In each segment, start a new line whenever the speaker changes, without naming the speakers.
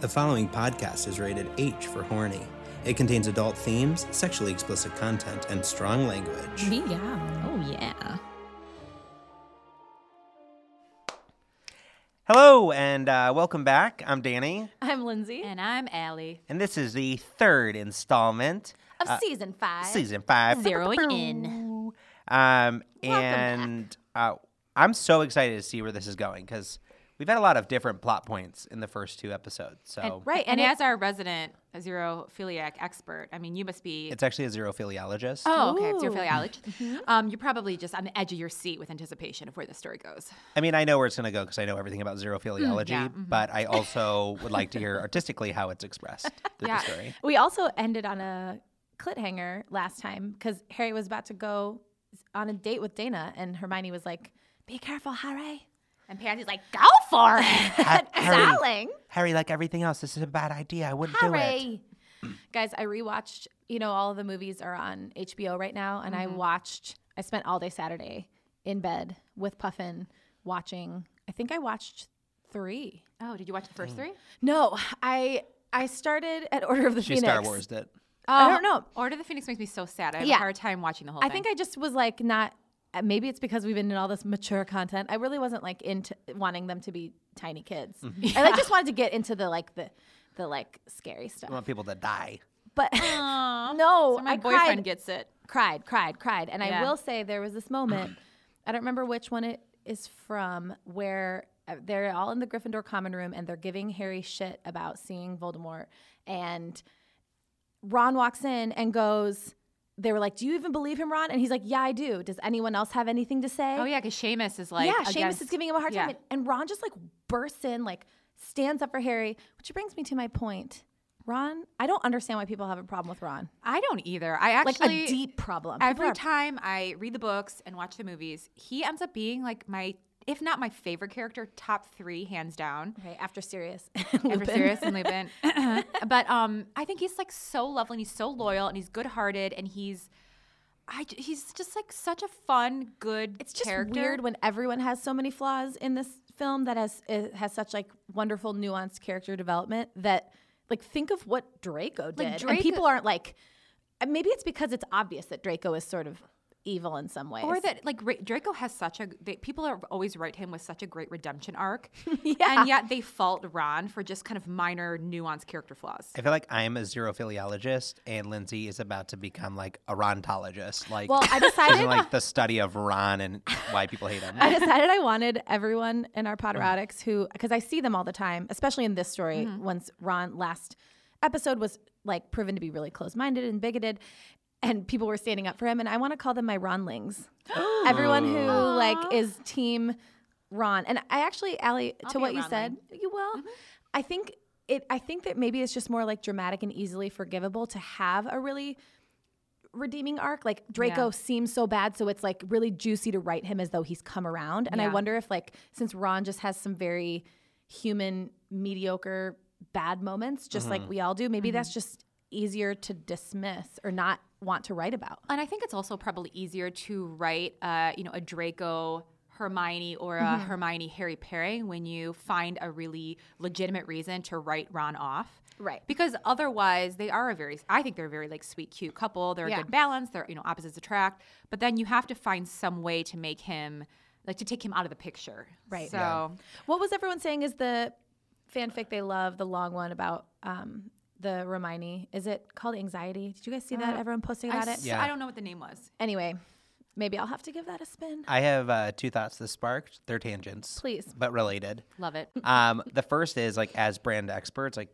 The following podcast is rated H for horny. It contains adult themes, sexually explicit content, and strong language.
Yeah. Oh yeah.
Hello and uh, welcome back. I'm Danny,
I'm Lindsay.
And I'm Allie.
and this is the third installment,
Of season five.
season five,
Zeroing in.
Um, and uh, I'm so excited to see where this is going because we've had a lot of different plot points in the first two episodes. So
Right.
And
And,
it-
as our resident xerophiliac expert, I mean, you must be.
it's actually a xerophiliologist.
Oh, okay.
Ooh.
Xerophiliologist. Um, you're probably just on the edge of your seat with anticipation of where the story goes.
I mean, I know where it's going to go because I know everything
Mm,
about xerophiliology,
mm-hmm.
but I also would like to hear artistically how it's expressed through
Yeah.
the story.
We also ended on a cliffhanger last time because Harry was about to go on a date with Dana, and Hermione was like, "Be careful, Harry."
And Patsy's like,
Go for it,
Harry.
darling.
Harry, like everything else, this is a bad idea. I wouldn't do it.
Harry. Guys, I rewatched. You know, all of the movies are on HBO right now, and
Mm-hmm.
I watched. I spent all day Saturday in bed with Puffin watching. I think I watched three.
oh, did you watch the first three?
No, I I started at Order of the
She
Phoenix.
Star
Oh,
Wars it.
I don't know.
Order of the Phoenix makes me so sad. I have
Yeah.
a hard time watching the whole
I
thing.
think I just was like not. uh, Maybe it's because we've been in all this mature content. I really wasn't like into wanting them to be tiny kids.
Mm-hmm.
I like, just wanted to get into the like the the like scary
I
stuff.
want people to die.
But
Aw.
no,
So my
I
boyfriend
cried,
gets it.
cried, cried, cried, and I
Yeah.
will say there was this moment. I don't remember which one it is from where. uh, They're all in the Gryffindor common room and they're giving Harry shit about seeing Voldemort. And Ron walks in and goes, they were like, "Do you even believe him, Ron?" And he's like, "Yeah, I do." Does anyone else have anything to say?
Oh, yeah, because Seamus is like.
yeah. Seamus
against-
is giving him a hard
yeah.
time, and, and Ron just like bursts in, like stands up for Harry, which brings me to my point. Ron, I don't understand why people have a problem with Ron,
I don't either. I
like
actually.
a deep problem. People
Every
are-
time I read the books and watch the movies, he ends up being like my, if not my favorite character, top three hands down.
okay, after Sirius,
Ever serious and Lupin, but um, I think he's like so lovely and he's so loyal and he's good-hearted and he's, I j- he's just like such a fun, good.
It's just
character.
weird when everyone has so many flaws in this film that has it has such like wonderful nuanced character development that like think of what Draco did and
Draco-
people aren't like and maybe it's because it's obvious that Draco is sort of evil in some ways
Or that like Ra- Draco has such a they, people are always write him with such a great redemption arc,
Yeah.
and yet they fault Ron for just kind of minor nuanced character flaws.
I feel like I'm a xerophiliologist and Lindsay is about to become like a rontologist. Like,
Well, I
she's in,
decided
like the study of Ron and why people hate him.
I decided I wanted everyone in our
Mm.
Potterotics who, because I see them all the time, especially in this story.
Mm-hmm.
Once Ron last episode was like proven to be really close-minded and bigoted, and people were standing up for him, and I want to call them my Ronlings. everyone who like is team Ron, and I actually, Allie, to
be
what
a
you
Ronling. Mm-hmm.
said, you will. I think it. I think that maybe it's just more like dramatic and easily forgivable to have a really redeeming arc. Like Draco
Yeah.
seems so bad, so it's like really juicy to write him as though he's come around. And I
Yeah.
wonder if like since Ron just has some very human mediocre bad moments, just like
Mm-hmm.
we all do, maybe that's just easier to dismiss or not want to write about.
And I think it's also probably easier to write, uh, you know, a Draco Hermione or a
Mm-hmm.
Hermione Harry pairing when you find a really legitimate reason to write Ron off.
Right.
Because otherwise, they are a very, I think they're a very like sweet, cute couple. They're
Yeah.
a good balance. They're, you know, opposites attract. But then you have to find some way to make him, like, to take him out of the picture.
Right.
So,
What was everyone saying is the fanfic they love, the long one about um the Romani. Is it called anxiety? Did you guys see that? Everyone posting
Uh, I,
about it?
s-
Yeah.
I don't know what the name was.
Anyway, maybe I'll have to give that a spin.
I have uh, two thoughts that sparked. They're tangents.
Please.
But related.
Love it.
Um, the first is like, as brand experts, like,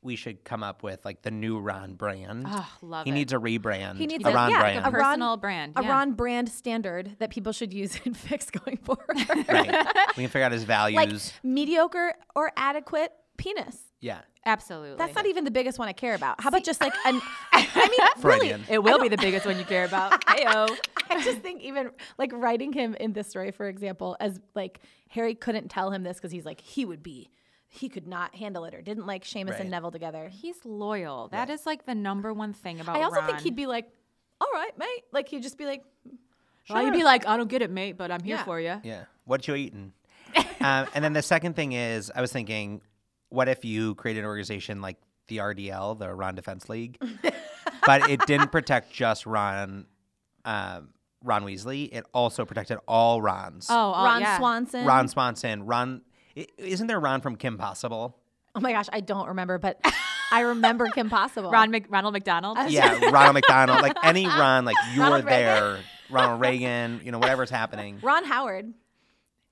we should come up with like the new Ron brand.
Ah, love
he
it.
needs a rebrand.
He needs
a
a-
Ron
yeah, like
brand.
a
a
Ron-
personal brand.
a
yeah.
Ron brand standard that people should use and fix going forward.
right. We can figure out his values.
like mediocre or adequate penis.
yeah.
Absolutely.
That's not even the biggest one I care about. How about just like an? I mean, really,
Freudian.
It will be the biggest one you care about. Heyo.
I just think even like writing him in this story, for example, as like Harry couldn't tell him this because he's like he would be, he could not handle it or didn't like Seamus
Right.
and Neville together.
He's loyal. That is like the number one thing about.
I also
Ron.
think he'd be like, all right, mate. Like he'd just be like,
Well, he'd be like, I don't get it, mate, but I'm here
Yeah.
for you.
Yeah. What you eating? um, and then the second thing is, I was thinking, what if you created an organization like the RDL, the Ron Defense League, but it didn't protect just Ron, um, Ron Weasley. It also protected all Rons.
Oh, oh,
Ron
yeah.
Swanson.
Ron Swanson, Ron. i- Isn't there Ron from Kim Possible?
Oh my gosh, I don't remember, but I remember Kim Possible.
Ron Mc- Ronald McDonald.
Yeah, Ronald McDonald. Like any Ron, like you're
Ronald Reagan.
there. Ronald Reagan. You know, whatever's happening.
Ron Howard.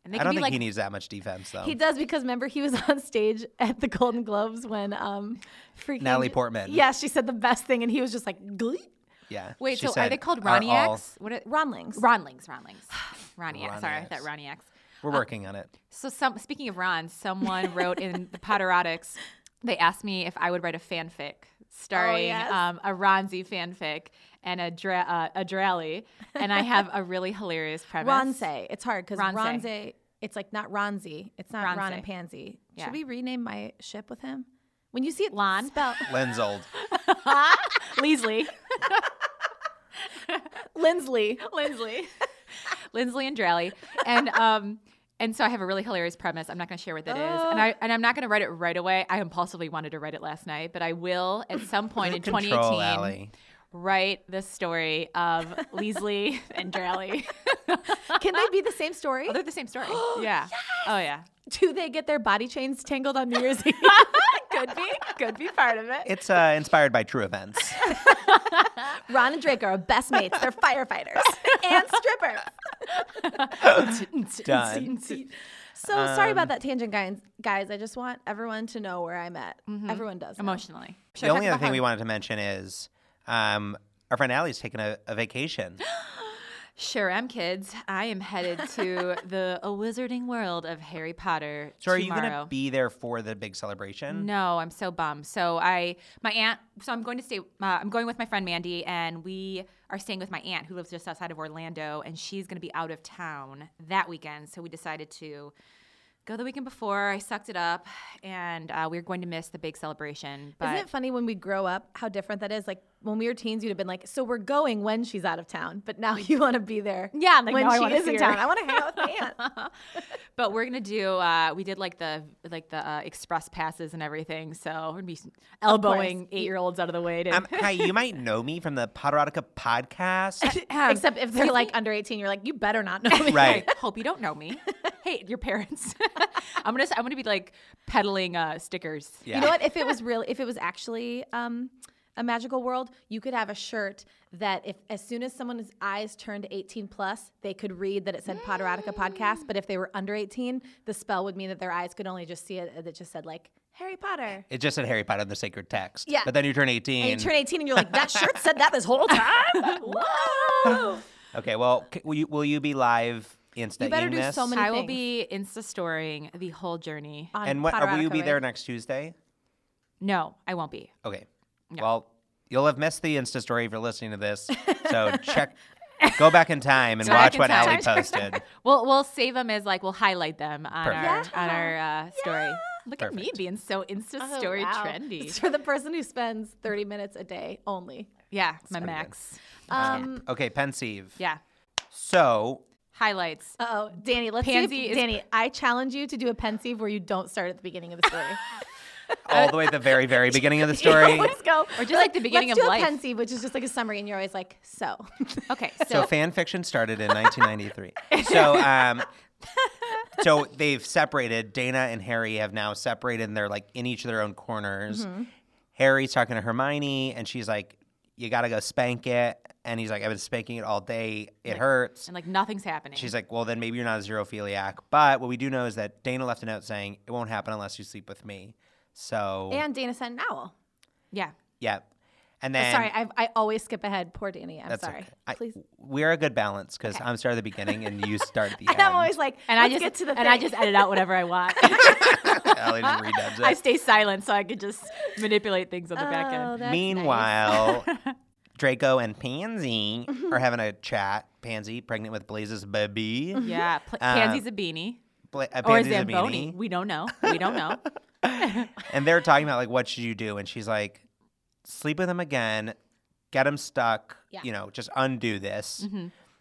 And they
I
could
don't
be
think
like
he needs that much defense though.
He does because remember he was on stage at the Golden Globes when um freaking
Natalie Portman.
Yeah, she said the best thing, and he was just like glee.
Yeah.
Wait,
she
so are
said,
they called
"Are all-
Roniacs? What are,
Ronlings.
Ronlings, Ronlings. Roniacs. Sorry, I
Roniacs.
thought Roniacs.
We're
Uh,
working on it.
So, some, speaking of Ron, someone wrote in the Potterotics, they asked me if I would write a fanfic starring
yes.
um, a Ronzi fanfic and a, dra- uh, a Drally. And I have a really hilarious premise.
Ronze. It's hard because
Ronze.
Ronze. It's like not Ronzi. It's not Ron
Ronze.
and Pansy.
Yeah.
Should we rename my ship with him? When you see it
Lon?
spelled
Lenzold.
Leesley.
Lindsley,
Lindsley. Lindsley and Drally. And um and so I have a really hilarious premise. I'm not going to share what that is, and I and I'm not going to write it right away. I impulsively wanted to write it last night, but I will at some point in
Control,
2018
Allie.
write the story of Leesley and Drally.
can they be the same story?
Oh, they're the same story. yeah. Oh yeah.
Do they get their body chains tangled on New Year's Eve?
Could be. Could be part of it.
It's uh, inspired by true events.
Ron and Drake are best mates. They're firefighters and strippers.
Done.
So sorry about that tangent, guys. Guys, I just want everyone to know where I'm at. Everyone does. know.
Emotionally.
The
Should I talk
only other
about
thing
how-
we wanted to mention is um, our friend Allie's taking a, a vacation.
Sure am, kids. I am headed to the wizarding world of Harry Potter
So are you
tomorrow.
going to be there for the big celebration?
No, I'm so bummed. So I, my aunt. So I'm going to stay. Uh, I'm going with my friend Mandy, and we are staying with my aunt who lives just outside of Orlando, and she's going to be out of town that weekend. So we decided to go the weekend before. I sucked it up, and uh, we are going to miss the big celebration. But
Isn't it funny when we grow up how different that is? Like when we were teens, you'd have been like, "So we're going when she's out of town," but now you want to be there.
Yeah, I'm like,
when
"No, I
she
wanna
is
see
in
her."
town, I want to hang out with my aunt.
but we're gonna do. Uh, we did like the like the uh, express passes and everything. So we're gonna be elbowing eight year olds out of the way. To,
Um, hi, you might know me from the Potterotica podcast.
Except if they're like under eighteen, you're like, "You better not know me."
right.
I hope you don't know me. hey, your parents. I'm gonna. I'm gonna be like peddling uh, stickers.
Yeah.
You know what? If it was real, if it was actually um, a magical world, you could have a shirt that if as soon as someone's eyes turned 18 plus, they could read that it said Potterotica podcast. But if they were under 18, the spell would mean that their eyes could only just see it that just said like Harry Potter.
It just said Harry Potter and the Sacred Text.
Yeah.
But then you turn 18.
And you turn 18 and you're like, that shirt said that this whole time. Whoa!
okay, well, c- will you, will you be live insta
You better do so many
I will
things.
be Insta storying the whole journey.
On
And what, uh, will you
Potterotica,
be
right?
there next Tuesday?
No, I won't be.
Okay. Well, you'll have missed the Insta story if you're listening to this. So check, go back in time and
Go back
watch
in
what
time.
Allie posted.
We'll we'll save them as like we'll highlight them on our
Perfect.
on our uh, story. Look at me
Perfect.
being so Insta
Oh,
story
wow. It's
trendy.
for the person who spends 30 minutes a day only.
Yeah, my max.
Um,
Okay, pensive.
Yeah,
So
highlights.
uh oh, Danny, let's see.
Pansy
If,
is-
Danny, I challenge you to do a pensieve where you don't start at the beginning of the story.
all the way at the very, very beginning of the story.
always go.
Or just like the beginning
let's
of
do
life.
a pensieve, which is just like a summary, and you're always like, so.
Okay,
So
so,
fan fiction started in 1993. so um, so they've separated. Dana and Harry have now separated. And they're like in each of their own corners.
Mm-hmm.
Harry's talking to Hermione, and she's like, "You gotta go spank it." And he's like, "I've been spanking it all day. It hurts."
and like nothing's happening.
She's like, "Well, then maybe you're not a xerophiliac." But what we do know is that Dana left a note saying, "It won't happen unless you sleep with me." So
And Dana sent an owl.
yeah,
yeah,
Oh,
and then
sorry, I, I always skip ahead. Poor Danny. I'm
That's
sorry.
okay. I-
Please.
we're a good balance because I'm starting at the beginning and you start at the
And
end.
I'm always like,
and
let's
I just
get to the
and
thing.
I just edit out whatever I want.
Allie just redubs it.
I stay silent so I could just manipulate things on the back end.
Oh, that's
Meanwhile, Draco and Pansy
Mm-hmm.
are having a chat. Pansy, pregnant with Blaze's baby.
Mm-hmm.
Yeah, pl-
Uh,
Pansy's a beanie
Bla- uh,
or a
Pansy's a
Zamboni.
beanie.
We don't know. We don't know.
And they're talking about like, what should you do? And she's like, sleep with him again, get him stuck.
Yeah. Mm-hmm.
You know, just undo this.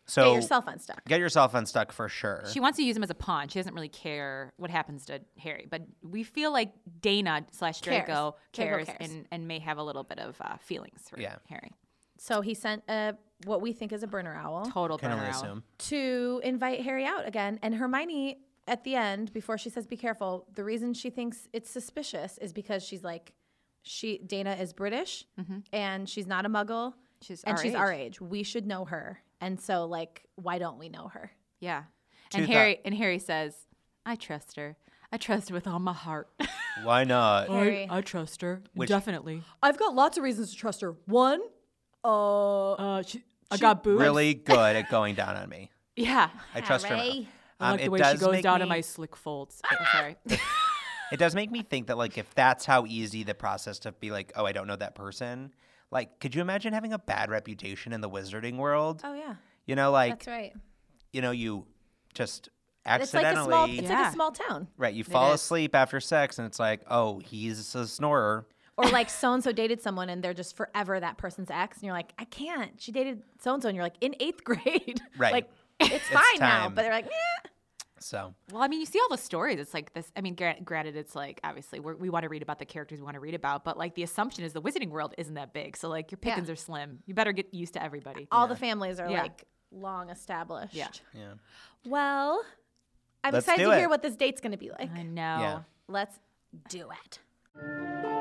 So
Get yourself unstuck.
Get yourself unstuck for sure.
She wants to use him as a pawn. She doesn't really care what happens to Harry, but we feel like Dana slash
Cares.
Draco
Draco
cares,
cares.
And, and may have a little bit of uh, feelings for
Yeah.
Harry.
So he sent a what we think is a burner owl
Total
Can only
burnout.
assume.
to invite Harry out again. And Hermione, at the end, before she says, be careful, the reason she thinks it's suspicious is because she's like, she Dana is British and she's not a muggle.
She's
and
our
she's
age.
our age. We should know her. And so, like, why don't we know her?
Yeah.
To
and
the-
Harry and Harry says, "I trust her. I trust her with all my heart."
Why not?
Harry.
I trust her.
Which-
Definitely.
I've got lots of reasons to trust her. One, uh,
Uh, she, I got boobs.
Really good at going down on me.
yeah.
I trust her.
Harry.
I
Um,
like
it
the way she
does
goes
make
down
me,
in my slick folds.
I'm sorry.
It does make me think that like if that's how easy the process to be like, oh, I don't know that person. Like, could you imagine having a bad reputation in the wizarding world?
oh yeah,
You know, like
that's right.
you know, you just
It's like a small.
accidentally
It's like
Yeah.
a small town,
right. You fall
is.
asleep after sex, and it's like, oh, he's a snorer.
or like so and so dated someone, and they're just forever that person's ex, and you're like, I can't. She dated so and so, and you're like in eighth grade.
Right.
Like it's fine now,
time.
but they're like, nah.
So
Well, I mean, you see all the stories. It's like this. I mean, gra- granted, it's like obviously we're, we want to read about the characters we want to read about, but like the assumption is the Wizarding world isn't that big, so like your pickings are slim. You better get used to everybody.
all the families are
Yeah.
like long established.
Yeah.
yeah,
Well, I'm
Let's
excited
do
to hear
it.
what this date's gonna be like.
I know.
yeah.
Let's do it.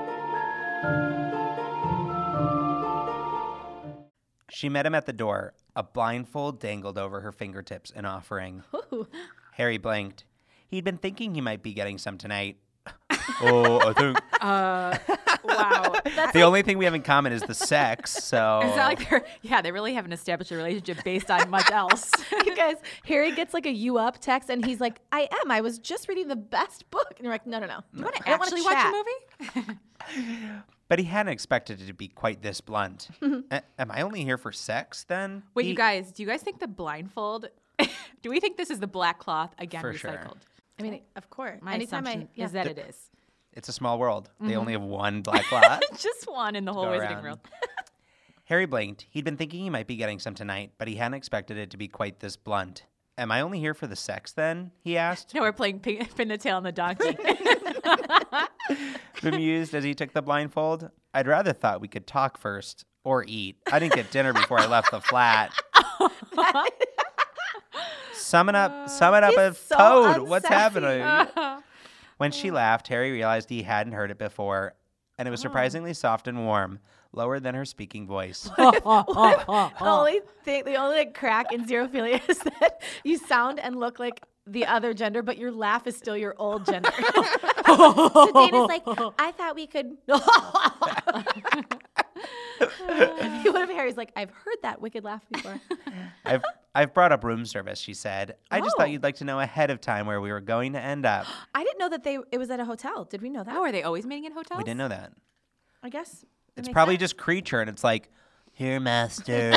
She met him at the door, a blindfold dangled over her fingertips, an offering. Harry blinked. He'd been thinking he might be getting some tonight. oh, I think
Wow.
the only thing we have in common is the sex. So
It's not like they're, yeah, they really haven't established a relationship based on much else.
You guys, Harry gets like a you up text, and he's like, "I am. I was just reading the best book." And you're like, "No, no, no. You want to
I actually watch a movie?
but he hadn't expected it to be quite this blunt. A- am I only here for sex then?
Wait, you
He-
guys, do you guys think the blindfold? do we think this is the black cloth again
For
recycled?
sure.
I mean, of course.
My
Anytime
assumption
I yeah.
is that it is.
It's a small world.
Mm-hmm.
They only have one black lot.
Just one in the whole
Go
Wizarding
around.
world.
Harry blinked. He'd been thinking he might be getting some tonight, but he hadn't expected it to be quite this blunt. Am I only here for the sex then? He asked,
No, we're playing pin, pin the tail on the donkey.
bemused as he took the blindfold. I'd rather thought we could talk first or eat. I didn't get dinner before I left the flat. Summon up, sum it up a
so
code. What's
unsexy.
happening? when she laughed, Harry realized he hadn't heard it before, and it was surprisingly soft and warm, lower than her speaking voice.
The only thing, the only like, crack in xerophilia is that you sound and look like the other gender, but your laugh is still your old gender. so Dana's like, I thought we could. you would have Harry's like, I've heard that wicked laugh before.
I've I've brought up room service, she said. I just thought you'd like to know ahead of time where we were going to end up.
I didn't know that they. It was at a hotel. Did we know that?
oh, are they always meeting in hotels?
We didn't know that.
I guess.
It's probably just creature and it's like, here, master.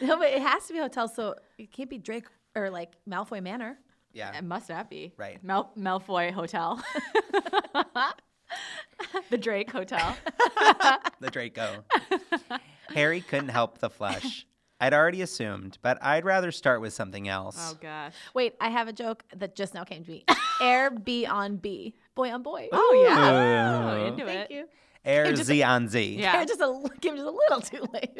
No, but it has to be a hotel, so it can't be Drake or like Malfoy Manor.
yeah.
It must not be.
Right.
Mal- Malfoy Hotel. the Drake Hotel.
The Draco. Harry couldn't help the flush. I'd already assumed, but I'd rather start with something else.
Oh, gosh.
Wait, I have a joke that just now came to me. Air B on B, boy on boy.
Oh, yeah. Oh, into
thank
it.
you.
Air Z on Z.
Yeah.
Air just a came just a little too late.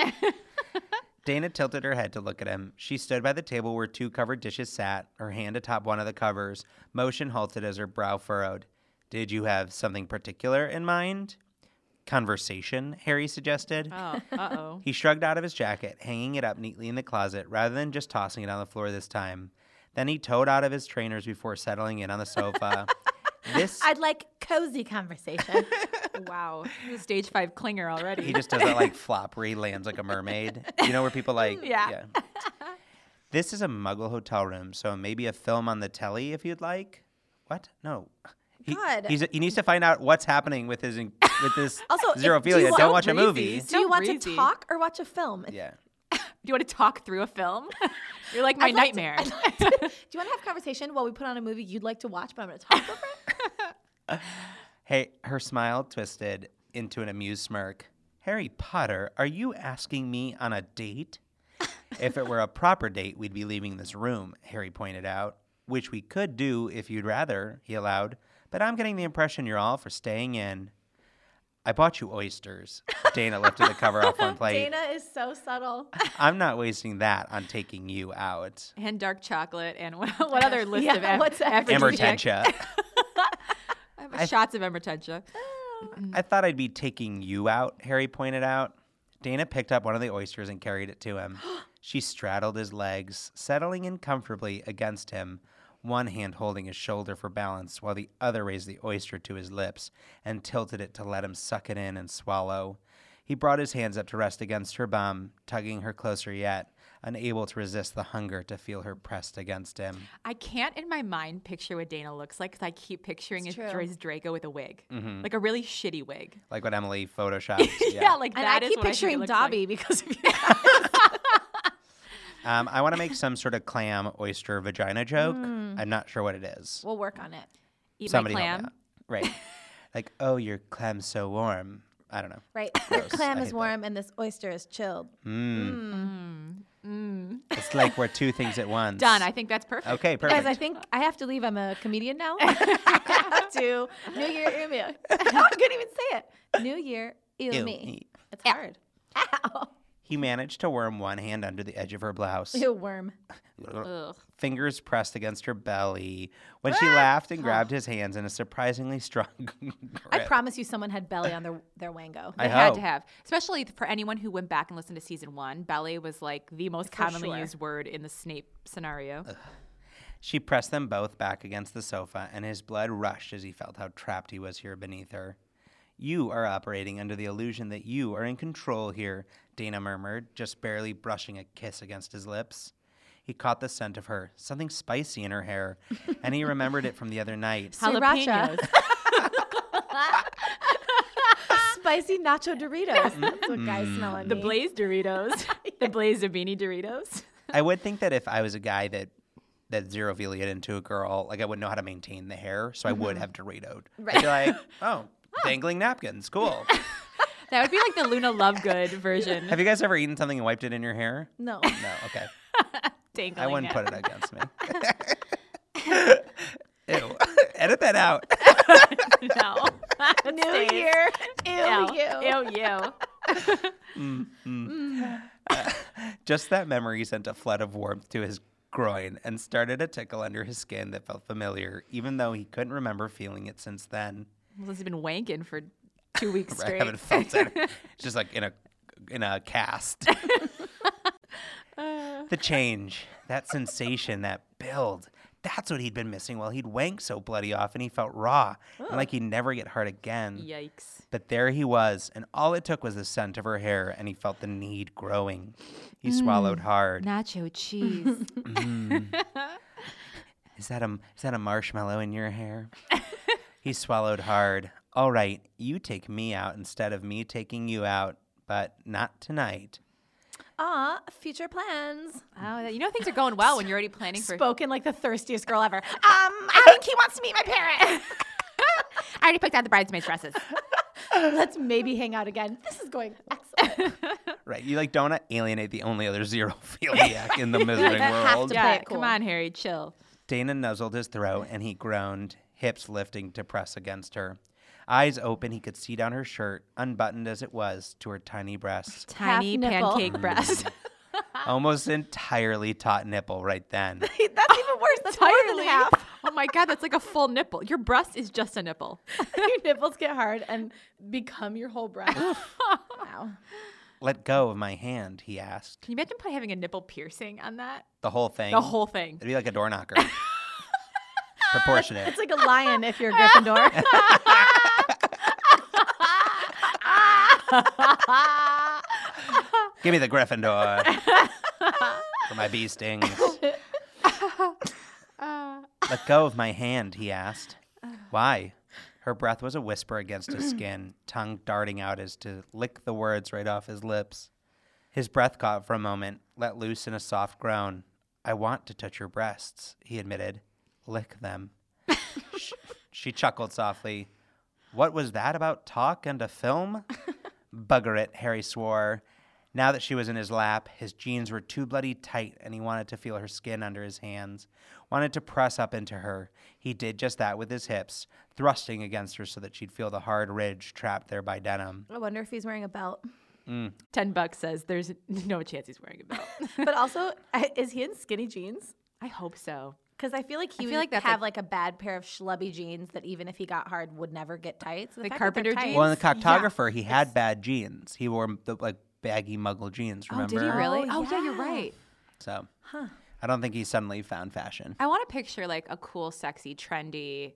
Dana tilted her head to look at him. She stood by the table where two covered dishes sat, her hand atop one of the covers, motion halted as her brow furrowed. Did you have something particular in mind? Conversation, Harry suggested.
Oh, uh oh.
He shrugged out of his jacket, hanging it up neatly in the closet rather than just tossing it on the floor this time. Then he towed out of his trainers before settling in on the sofa. this
I'd like cozy conversation.
Wow. This is stage five clinger already.
He just does that like flop where he lands like a mermaid. You know where people like
Yeah.
This is a muggle hotel room, so maybe a film on the telly if you'd like. What? No. He,
God.
he's, he needs to find out what's happening with his with this
Also, if- do you
xerophilia.
want-
Don't watch a
Breezy.
movie.
Do you
So
want to
breezy.
talk or watch a film? It's-
Yeah.
Do you want to talk through a film? You're like my
I'd like to-
nightmare.
I'd like to- do you want to have conversation while we put on a movie you'd like to watch, but I'm going to talk over it?
Hey, her smile twisted into an amused smirk. Harry Potter, are you asking me on a date? If it were a proper date, we'd be leaving this room, Harry pointed out, which we could do if you'd rather, he allowed, but I'm getting the impression you're all for staying in. I bought you oysters. Dana lifted the cover off one plate.
Dana is so subtle.
I'm not wasting that on taking you out.
and dark chocolate and what, what other list of
Yeah,
af-
what's that?
aphrodisiac?
Emertentia.
I have shots of emertentia.
I thought I'd be taking you out, Harry pointed out. Dana picked up one of the oysters and carried it to him. she straddled his legs, settling in comfortably against him, one hand holding his shoulder for balance while the other raised the oyster to his lips and tilted it to let him suck it in and swallow. He brought his hands up to rest against her bum, tugging her closer yet, unable to resist the hunger to feel her pressed against him.
I can't in my mind picture what Dana looks like because I keep picturing his,
true.
his Draco with a wig,
Mm-hmm.
like a really shitty wig.
Like what Emily photoshopped.
Yeah, like
And
that
I
is
keep
what think it
picturing
looks like.
Dobby because of you.
Um, I want to make some sort of clam oyster vagina joke.
Mm.
I'm not sure what it is.
we'll work on it.
Eat
Somebody
my
help me out.
clam.
Right. like, oh, your clam's so warm. I don't know.
Right.
Gross.
Clam
I
is
hate that.
warm and this oyster is chilled.
It's like we're two things at once.
Done. I think that's perfect.
okay,
Guys,
perfect.
I think I have to leave. I'm a comedian now. I have to New Year, ew me. I couldn't even say it. New Year, ew,
Ew,
me.
ew.
It's hard. Ow.
He managed to worm one hand under the edge of her blouse,
Ew, worm.
Ugh.
fingers pressed against her belly, when
Ah!
she laughed and grabbed his hands in a surprisingly strong
Oh. I
grip.
promise you, someone had belly on their their wango.
I
They had to
hope.
have, especially for anyone who went back and listened to season one. Belly was like the most commonly
sure.
used word in the Snape scenario.
She pressed them both back against the sofa, and his blood rushed as he felt how trapped he was here beneath her. You are operating under the illusion that you are in control here, Dana murmured, just barely brushing a kiss against his lips. He caught the scent of her, something spicy in her hair, and he remembered it from the other night.
Sriracha.
Jalapenos.
Spicy nacho Doritos. That's what guys smell on
The
me.
Blaze Doritos, the Blaze Zabini Doritos.
I would think that if I was a guy that that zero velia into a girl, like I wouldn't know how to maintain the hair, so I would have Doritoed. Right. I'd be like, oh, dangling napkins, cool.
That would be like the Luna Lovegood version.
have you guys ever eaten something and wiped it in your hair?
No.
No, okay.
Dangling
I wouldn't
it.
put it against me. Ew. Edit that out.
No.
New Year, ew,
Ew,
you.
ew, you.
Just that memory sent a flood of warmth to his groin and started a tickle under his skin that felt familiar, even though he couldn't remember feeling it since then.
Well, he's been wanking for two weeks
I
straight.
haven't felt it. It's just like in a in a cast. the change, that sensation, that build. That's what he'd been missing while he'd wanked so bloody off and he felt raw and like he'd never get hard again.
Yikes.
But there he was, and all it took was the scent of her hair, and he felt the need growing. He
Mm.
swallowed hard.
Nacho cheese.
Is that a is that a marshmallow in your hair? he swallowed hard. All right, you take me out instead of me taking you out, but not tonight.
Aw, Ah, future plans.
oh, you know things are going well when you're already planning for.
Spoken like the thirstiest girl ever. Um, I think he wants to meet my parents.
I already picked out the bridesmaid dresses.
Let's maybe hang out again. This is going excellent.
Right, you like don't alienate the only other zero zoophiliac in the miseling
have
world.
to
yeah,
play it cool.
come on, Harry, chill.
Dana nuzzled his throat and he groaned, hips lifting to press against her. Eyes open, he could see down her shirt, unbuttoned as it was, to her tiny breasts.
Tiny
nipple.
pancake breast.
almost entirely taut nipple right then.
That's even worse. That's more than
Entirely.
half.
Oh my god, that's like a full nipple. Your breast is just a nipple.
your nipples get hard and become your whole breast. wow.
Let go of my hand, he asked.
Can you imagine probably having a nipple piercing on that?
The whole thing.
The whole thing.
It'd be like a door knocker. Proportionate.
It's like a lion if you're Gryffindor.
Give me the Gryffindor for my bee stings. Let go of my hand, he asked. Why? Her breath was a whisper against his skin, tongue darting out as to lick the words right off his lips. His breath caught for a moment, let loose in a soft groan. I want to touch your breasts, he admitted. Lick them. Sh- she chuckled softly. What was that about talk and a film? Bugger it, Harry swore. Now that she was in his lap, his jeans were too bloody tight and he wanted to feel her skin under his hands, wanted to press up into her. He did just that with his hips, thrusting against her so that she'd feel the hard ridge trapped there by denim.
I wonder if he's wearing a belt.
Ten bucks says there's no chance he's wearing a belt.
But also, I- is he in skinny jeans?
I hope so.
Because I feel like he
feel
would
like that's
have like, a bad pair of schlubby jeans that even if he got hard would never get tight. So the
Like
fact that they're
carpenter
tight-
jeans?
Well, in the cartographer, he had bad jeans. He wore the like baggy muggle jeans, remember?
really?
Oh, yeah, you're
yeah.
right.
So I don't think he suddenly found fashion.
I want to picture like a cool, sexy, trendy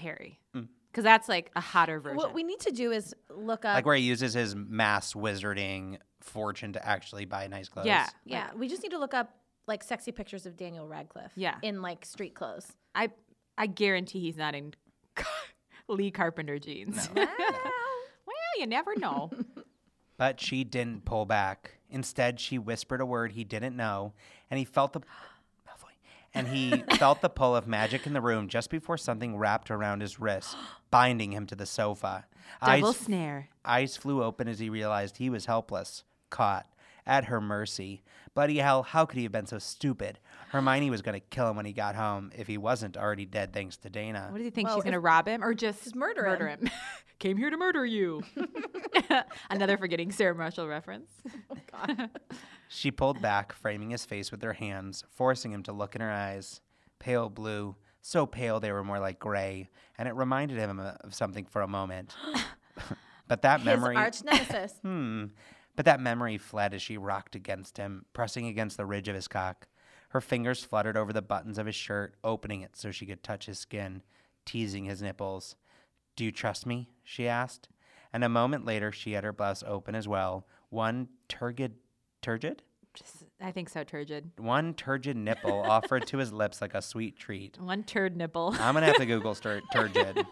Harry. Because that's like a hotter version.
What we need to do is look
Uh,
up.
Like where he uses his mass wizarding fortune to actually buy nice clothes.
yeah.
yeah, we just need to look up like sexy pictures of Daniel Radcliffe.
Yeah.
in like street clothes.
I I guarantee he's not in Lee Carpenter jeans. well, you never know.
But she didn't pull back. Instead, she whispered a word he didn't know, and he felt the Malfoy. and he felt the pull of magic in the room just before something wrapped around his wrist, binding him to the sofa.
Double
Eyes-
snare.
Eyes flew open as he realized he was helpless, caught, at her mercy. Bloody hell, how could he have been so stupid? Hermione was going to kill him when he got home, if he wasn't already dead thanks to Dana.
What do you think? She's going to rob him or just,
murder him.
him? Came here to murder you. Another forgetting Sarah Marshall reference.
She pulled back, framing his face with her hands, forcing him to look in her eyes. Pale blue, so pale they were more like gray, and it reminded him of something for a moment. but that memory
His arch nemesis.
Hmm. But that memory fled as she rocked against him, pressing against the ridge of his cock. Her fingers fluttered over the buttons of his shirt, opening it so she could touch his skin, teasing his nipples. Do you trust me? she asked. And a moment later, she had her blouse open as well. One turgid, turgid?
Just, I think so, turgid.
One turgid nipple offered to his lips like a sweet treat.
One turd nipple.
I'm gonna have to Google stir- turgid.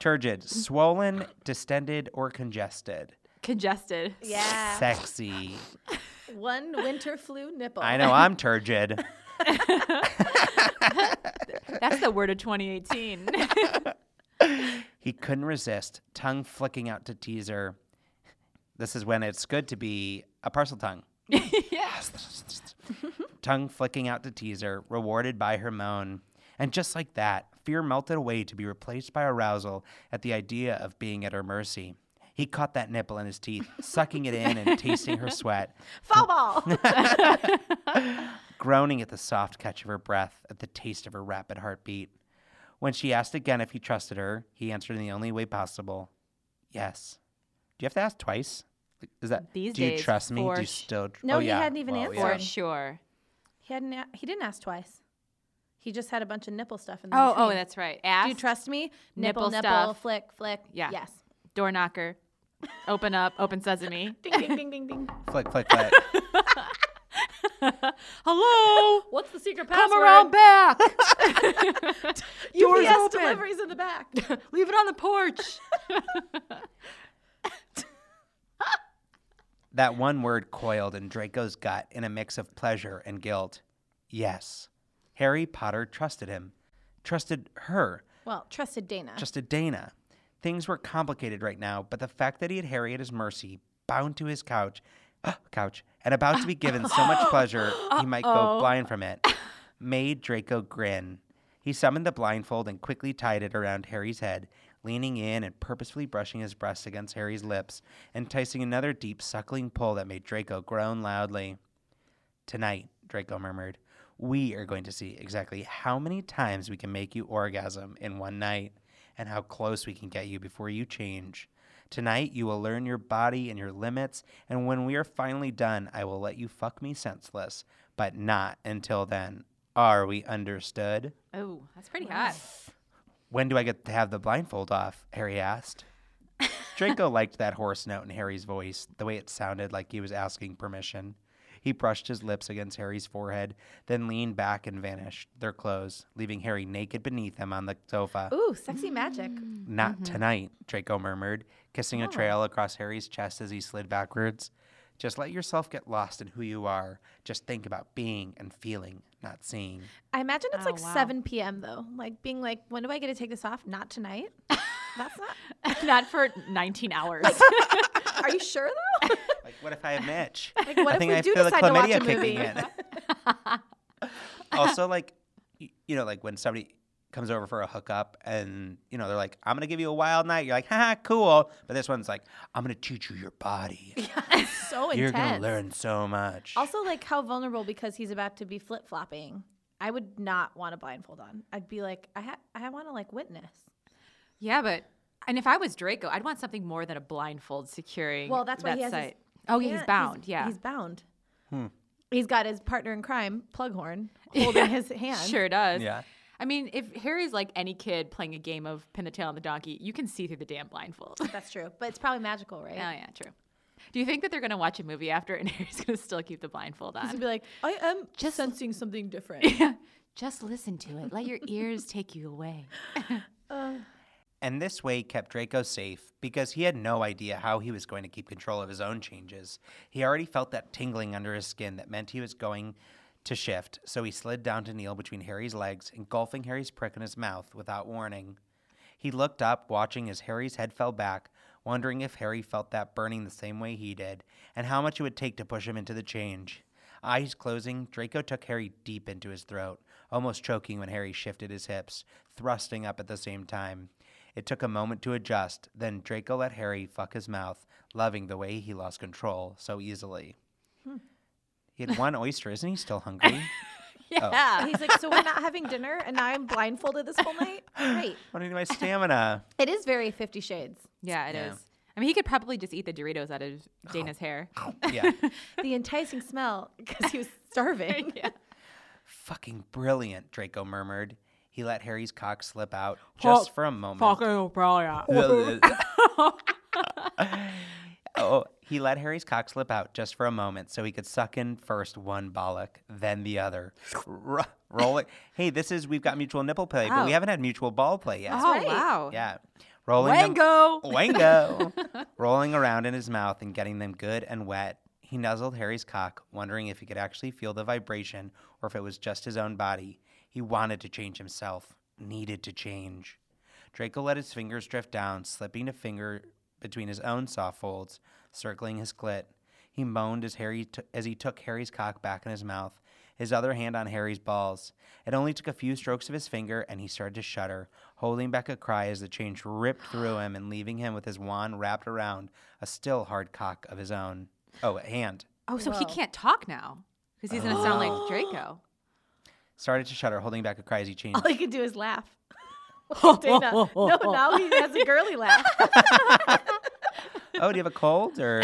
Turgid, swollen, distended, or congested.
Congested.
yeah,
Sexy.
one winter flu nipple.
I know I'm turgid.
That's the word of 2018.
He couldn't resist, tongue flicking out to tease her. This is when it's good to be a parcel tongue. yes. tongue flicking out to tease her, rewarded by her moan. And just like that, fear melted away to be replaced by arousal at the idea of being at her mercy. He caught that nipple in his teeth, sucking it in and tasting her sweat,
Foul ball.
groaning at the soft catch of her breath, at the taste of her rapid heartbeat. When she asked again if he trusted her, he answered in the only way possible yes. Do you have to ask twice? Like, Is that
These
do you
days,
trust me?
for
Do you
sh-
still? tr-
No,
oh,
he
yeah.
hadn't even
Well,
For
answered.
sure.
he hadn't. a- He didn't ask twice. He just had a bunch of nipple stuff in the
Oh, oh,
between.
that's right. Ass,
Do you trust me? Nipple,
Nipple
nipple,
stuff.
flick, flick.
Yeah.
Yes.
door knocker, open up, open sesame.
Ding, ding, ding, ding, ding.
yeah. Flick, flick, flick.
Hello,
What's the secret
come around back.
Doors
open.
deliveries in the back.
Leave it on the porch.
that one word coiled in Draco's gut in a mix of pleasure and guilt. Yes, Harry Potter trusted him, trusted her.
well, trusted Dana.
just a Dana. Things were complicated right now, but the fact that he had Harry at his mercy, bound to his couch, couch, and about to be given so much pleasure he might go blind from it, made Draco grin. He summoned the blindfold and quickly tied it around Harry's head, leaning in and purposefully brushing his breast against Harry's lips, enticing another deep, suckling pull that made Draco groan loudly. Tonight, Draco murmured, we are going to see exactly how many times we can make you orgasm in one night and how close we can get you before you change. Tonight, you will learn your body and your limits, and when we are finally done, I will let you fuck me senseless, but not until then. Are we understood?
Oh, that's pretty hot.
When do I get to have the blindfold off? Harry asked. Draco liked that hoarse note in Harry's voice, the way it sounded like he was asking permission. He brushed his lips against Harry's forehead, then leaned back and vanished, their clothes, leaving Harry naked beneath him on the sofa.
Ooh, sexy magic.
Not
Mm-hmm.
tonight, Draco murmured, kissing a
Oh.
trail across Harry's chest as he slid backwards. Just let yourself get lost in who you are. Just think about being and feeling, not seeing.
I imagine it's
Oh,
like
wow.
7 p.m. though. Like being like, when do I get to take this off? Not tonight. That's not.
Not for 19 hours.
Are you sure though?
Like, what if I have an itch?
Like, what
I
if
think
we
I
do
feel the
decide to watch
chlamydia
a
kicking
movie?
in. also, like, y- you know, like when somebody comes over for a hookup and, you know, they're like, I'm going to give you a wild night. You're like, haha, cool. But this one's like, I'm going to teach you your body.
so
You're
intense.
going to learn so much.
Also, like how vulnerable because he's about to be flip flopping. I would not want a blindfold on. I'd be like, I ha- I want to like witness.
Yeah, but and if I was Draco, I'd want something more than a blindfold securing.
Well, that's why
that
he has his
site. oh yeah, he's
hand-
bound. yeah,
he's bound. He's got his partner in crime, Plughorn, holding his hand.
sure does.
Yeah.
I mean, if Harry's like any kid playing a game of pin the tail on the donkey, you can see through the damn blindfold. oh
that's true. But it's probably magical, right?
yeah, true. Do you think that they're gonna watch a movie after and Harry's gonna still keep the blindfold
He'd
on?
be like, I am just sensing something different.
Just listen to it. Let your ears take you away.
and this way kept Draco safe because he had no idea how he was going to keep control of his own changes. He already felt that tingling under his skin that meant he was going to shift, so he slid down to kneel between Harry's legs, engulfing Harry's prick in his mouth without warning. He looked up, watching as Harry's head fell back, wondering if Harry felt that burning the same way he did, and how much it would take to push him into the change. Eyes closing, Draco took Harry deep into his throat, almost choking when Harry shifted his hips, thrusting up at the same time. It took a moment to adjust, then Draco let Harry fuck his mouth, loving the way he lost control so easily. He had one oyster, isn't he still hungry?
Yeah.
Oh.
He's like, so we're not having dinner, and I'm blindfolded this whole night. Great.
What do my stamina?
It is very Fifty Shades.
Yeah, it
Yeah.
is. I mean, he could probably just eat the Doritos out of Dana's hair.
Yeah.
The enticing smell because he was starving.
Fucking brilliant, Draco murmured. He let Harry's cock slip out
Fuck-
just for a moment.
Fucking brilliant.
oh, he let Harry's cock slip out just for a moment so he could suck in first one bollock, then the other. Ro- Roll it. Hey, this is we've got mutual nipple play, but we
Oh.
haven't had mutual ball play yet.
oh wow.
Yeah. Rolling them-
Wango.
Wango. Rolling around in his mouth and getting them good and wet. He nuzzled Harry's cock, wondering if he could actually feel the vibration or if it was just his own body. He wanted to change himself, needed to change. Draco let his fingers drift down, slipping a finger between his own soft folds, circling his clit. He moaned as Harry t- as he took Harry's cock back in his mouth, his other hand on Harry's balls. It only took a few strokes of his finger, and he started to shudder, holding back a cry as the change ripped through him and leaving him with his wand wrapped around a still hard cock of his own. Oh, a hand.
Oh, so he can't talk now because he's gonna sound like Draco.
Started to shudder, holding back a cry as he changed.
All he could do is laugh. Dana. No, now he has a girly laugh.
oh, do you have a cold or?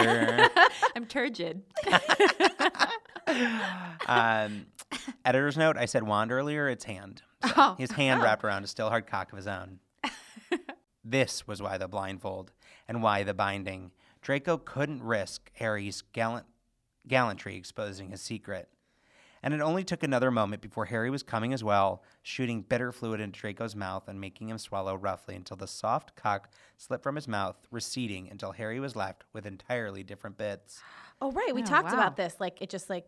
I'm turgid.
Um, editor's note: I said wand earlier. It's hand. So
Oh.
His hand wrapped around a still hard cock of his own. this was why the blindfold and why the binding. Draco couldn't risk Harry's gallant gallantry exposing his secret. And it only took another moment before Harry was coming as well, shooting bitter fluid into Draco's mouth and making him swallow roughly until the soft cock slipped from his mouth, receding until Harry was left with entirely different bits.
Oh right, we
Oh,
talked
wow.
about this. Like it just like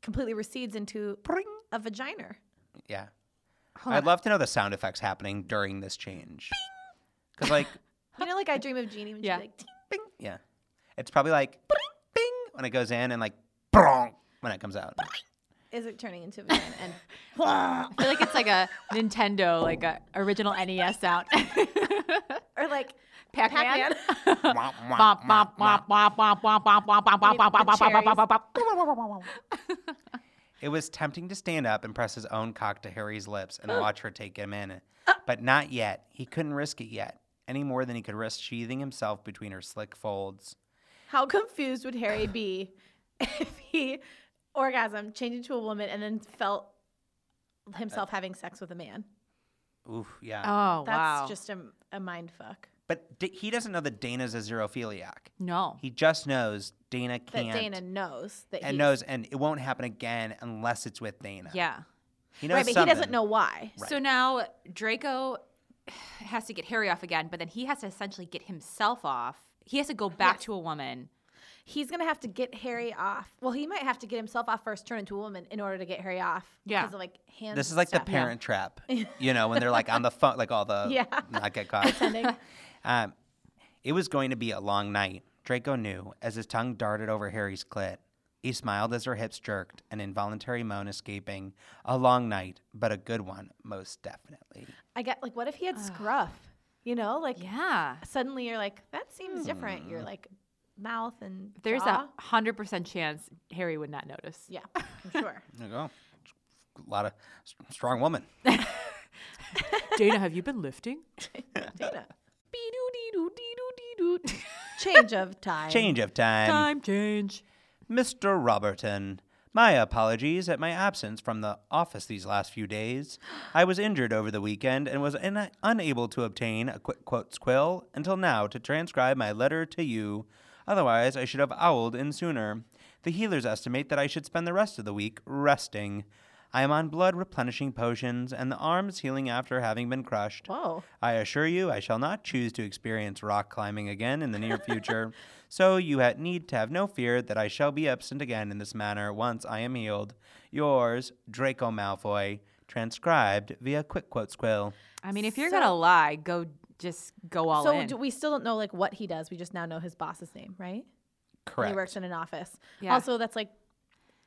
completely recedes into a vagina.
Yeah. I'd love to know the sound effects happening during this change. Because, like,
You know, like I dream of Jeannie when
Yeah.
she's like, "Ting."
bing. Yeah. It's probably like bing when it goes in and like brong when it comes out.
is it turning into a vagina? And
I feel like it's like a Nintendo, like a original E NES sound.
or like
Pac-Man.
Womp, womp,
Bop,
womp,
bop, bop, bop, bop, bop, bop, bop, bop, bop, bop, bop, bop, bop, bop, bop.
It was tempting to stand up and press his own cock to Harry's lips and watch her take him in,
Uh.
but not yet. He couldn't risk it yet, any more than he could risk sheathing himself between her slick folds.
how confused would Harry be if he orgasmed, changed into a woman, and then felt himself having sex with a man?
Oof, yeah.
Oh
That's
wow.
just a, a mind fuck.
But D- he doesn't know that Dana's a xerophiliac.
no.
He just knows Dana
That
can't.
Dana knows that
and
he's-
knows, and it won't happen again unless it's with Dana.
Yeah.
he knows
right, but he doesn't
something.
know why.
So now Draco has to get Harry off again, but then he has to essentially get himself off. He has to go back to a woman.
he's gonna have to get Harry off. Well, he might have to get himself off first, turn into a woman in order to get Harry off.
Yeah.
because of like hands.
This is
and
like the
stuff.
Parent Trap, you know, when they're like on the phone, like all the
Yeah.
not get caught.
Pretending.
Um, it was going to be a long night. Draco knew as his tongue darted over Harry's clit. He smiled as her hips jerked, an involuntary moan escaping. A long night, but a good one, most definitely.
I get like, what if he had scruff? You know, like
Yeah.
suddenly you're like, that seems different. You're like mouth and
There's
jaw.
a hundred percent chance Harry would not notice.
yeah, I'm sure.
There you go. A lot of s- strong woman.
Dana, have you been lifting?
Dana.
Be-doo-dee-doo-dee-doo-dee-doo.
Change of time.
Change of time.
Time change.
Mr. Roberton, my apologies at my absence from the office these last few days. I was injured over the weekend and was in- unable to obtain a quick quotes quill until now to transcribe my letter to you. Otherwise, I should have owled in sooner. The healers estimate that I should spend the rest of the week resting. I am on blood replenishing potions and the arms healing after having been crushed.
Whoa.
I assure you, I shall not choose to experience rock climbing again in the near future. so you ha- need to have no fear that I shall be absent again in this manner once I am healed. Yours, Draco Malfoy, transcribed via Quick Quotes Quill.
I mean, if you're
So-
gonna lie, go just go all
So
in.
do, we still don't know like what he does. We just now know his boss's name, right? And
Correct.
He works in an office.
Yeah.
Also, that's like,